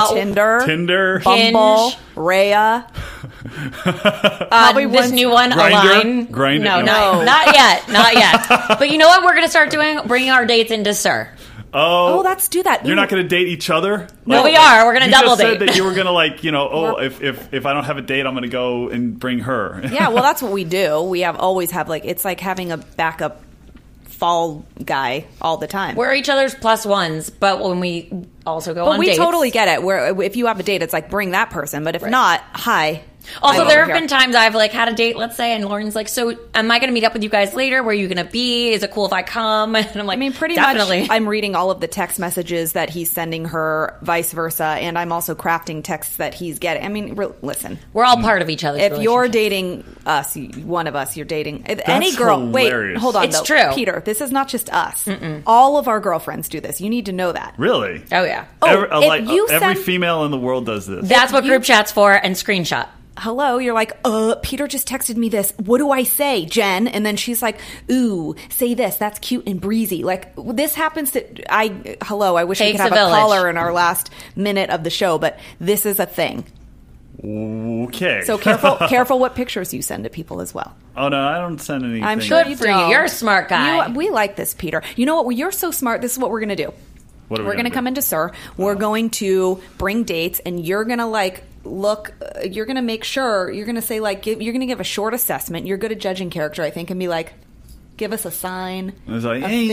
Tinder,
Tinder. Um,
Bumble,
Hinge.
Raya.
Uh,
Probably
this
once-
new one,
Grindr?
Align.
Grindr,
No,
no.
no, not yet, not yet. *laughs* But you know what? We're gonna start doing bringing our dates into Sir.
Oh,
Oh, let's do that.
You're not
Ooh.
going to date each other.
No, we are. We're gonna
you
double
just said
date.
that you were going to
*laughs*
like, you know, oh, if, if if I don't have a date, I'm going to go and bring her.
*laughs* yeah, well, that's what we do. We have always have like it's like having a backup fall guy all the time.
We're each other's plus ones, but when we also go
but
on
we
dates-
totally get it. Where if you have a date, it's like bring that person. But if not, hi.
Also,
I'm
there
over
have been
here.
times I've like had a date, let's say, and Lauren's like, "So, am I going to meet up with you guys later? Where are you going to be? Is it cool if I come?" *laughs* And I'm like,
I mean, pretty
definitely.
much. I'm reading all of the text messages that he's sending her, vice versa, and I'm also crafting texts that he's getting. I mean, re- listen,
We're all part of each other's.
if you're
relationship.
dating us, you- one of us, you're dating if any girl. Wait,
hilarious.
hold on.
It's
though.
true.
Peter. This is not just us. All of our girlfriends do this. You need to know that.
*laughs* Really?
oh yeah,
every, uh,
if
like,
you
every
send-
female in the world does this.
that's what group chats for and screenshot.
hello you're like uh peter just texted me this what do i say jen and then she's like ooh say this that's cute and breezy like this happens to i hello i wish we
Takes
could have
a
a,
village.
caller in our last minute of the show but this is a thing
okay. *laughs*
so careful careful what pictures you send to people as well
oh no, I don't send anything.
i'm sure
Good
you
for you.
don't.
You're a smart guy.
You- we like this peter you know what Well, you're so smart this is what we're gonna do
What are we
we're
gonna
gonna
do?
come into sir we're going to bring dates and you're gonna like look uh, you're gonna make sure you're gonna say like give, you're gonna give a short assessment you're good at judging character i think and be like give us a sign
I was like,
a
eh.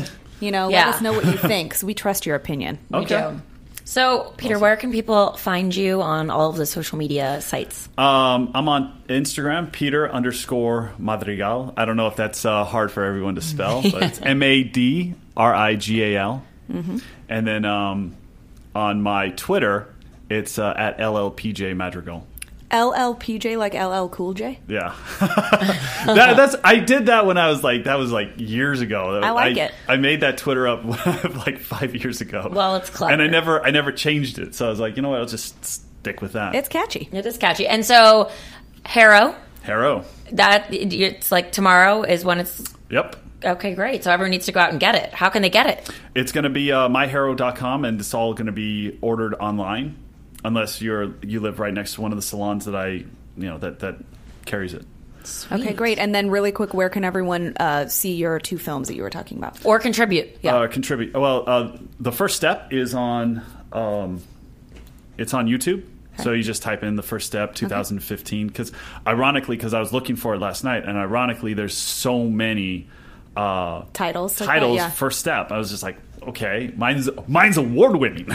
thing you know
Yeah.
let us know what you think 'cause we trust your
*laughs*
opinion
Okay.
So, Peter, where can people find you on all of the social media sites?
Um, I'm on Instagram, Peter underscore Madrigal. I don't know if that's uh, hard for everyone
*laughs*
to spell, but it's M A D R I G A L.
Mm-hmm.
And then um, on my Twitter, it's uh, at LLPJ Madrigal.
llpj like ll cool j
Yeah, *laughs* that, that's I did that when I was like that was like years ago.
I like it.
I made that Twitter up *laughs* like five years ago.
Well, it's clever.
and I never I never changed it. So I was like, you know what? I'll just stick with that.
it's catchy
It is catchy, and so Harrow.
Harrow.
That it's like tomorrow is when it's
Yep.
okay. Great. So everyone needs to go out and get it. How can they get it?
It's going to be uh, myharrow.com, and it's all going to be ordered online, unless you're you live right next to one of the salons that I you know that that carries it.
okay great and then really quick where can everyone uh, see your two films that you were talking about
Or contribute. Yeah.
Uh, contribute. Well, uh, the first step is on um, it's on YouTube. So you just type in the first step 2015 because ironically because I was looking for it last night and ironically there's so many uh,
Titles like that,
titles *laughs*
yeah.
first step I was just like okay mine's mine's award *laughs* winning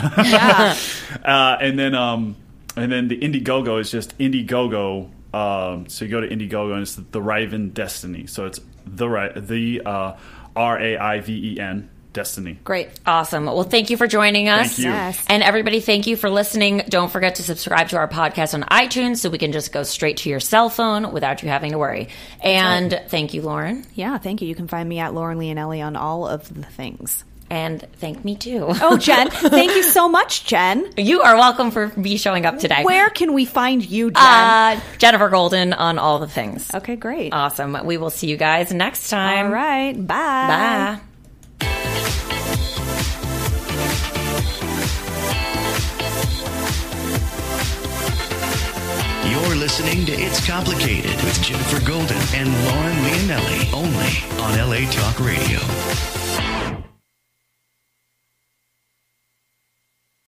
uh, and then um, and then the Indiegogo is just Indiegogo. Um, so you go to Indiegogo and it's the Riven Destiny. So it's the Ri- the uh, R A I V E N Destiny.
great
Awesome. Well, thank you for joining us.
Thank you. Yes.
And everybody, thank you for listening. Don't forget to subscribe to our podcast on iTunes so we can just go straight to your cell phone without you having to worry. And thank you, Lauren.
yeah thank you you can find me at lauren leonelli on all of the things
And thank me too.
Oh, Jen, thank you so much, Jen.
*laughs* You are welcome for me showing up today.
Where can we find you, Jen?
Uh, um, Jennifer Golden on all the things.
okay, great.
Awesome. We will see you guys next time.
All right, bye.
Bye.
You're listening to It's Complicated with Jennifer Golden and Lauren Leonelli only on LA Talk Radio.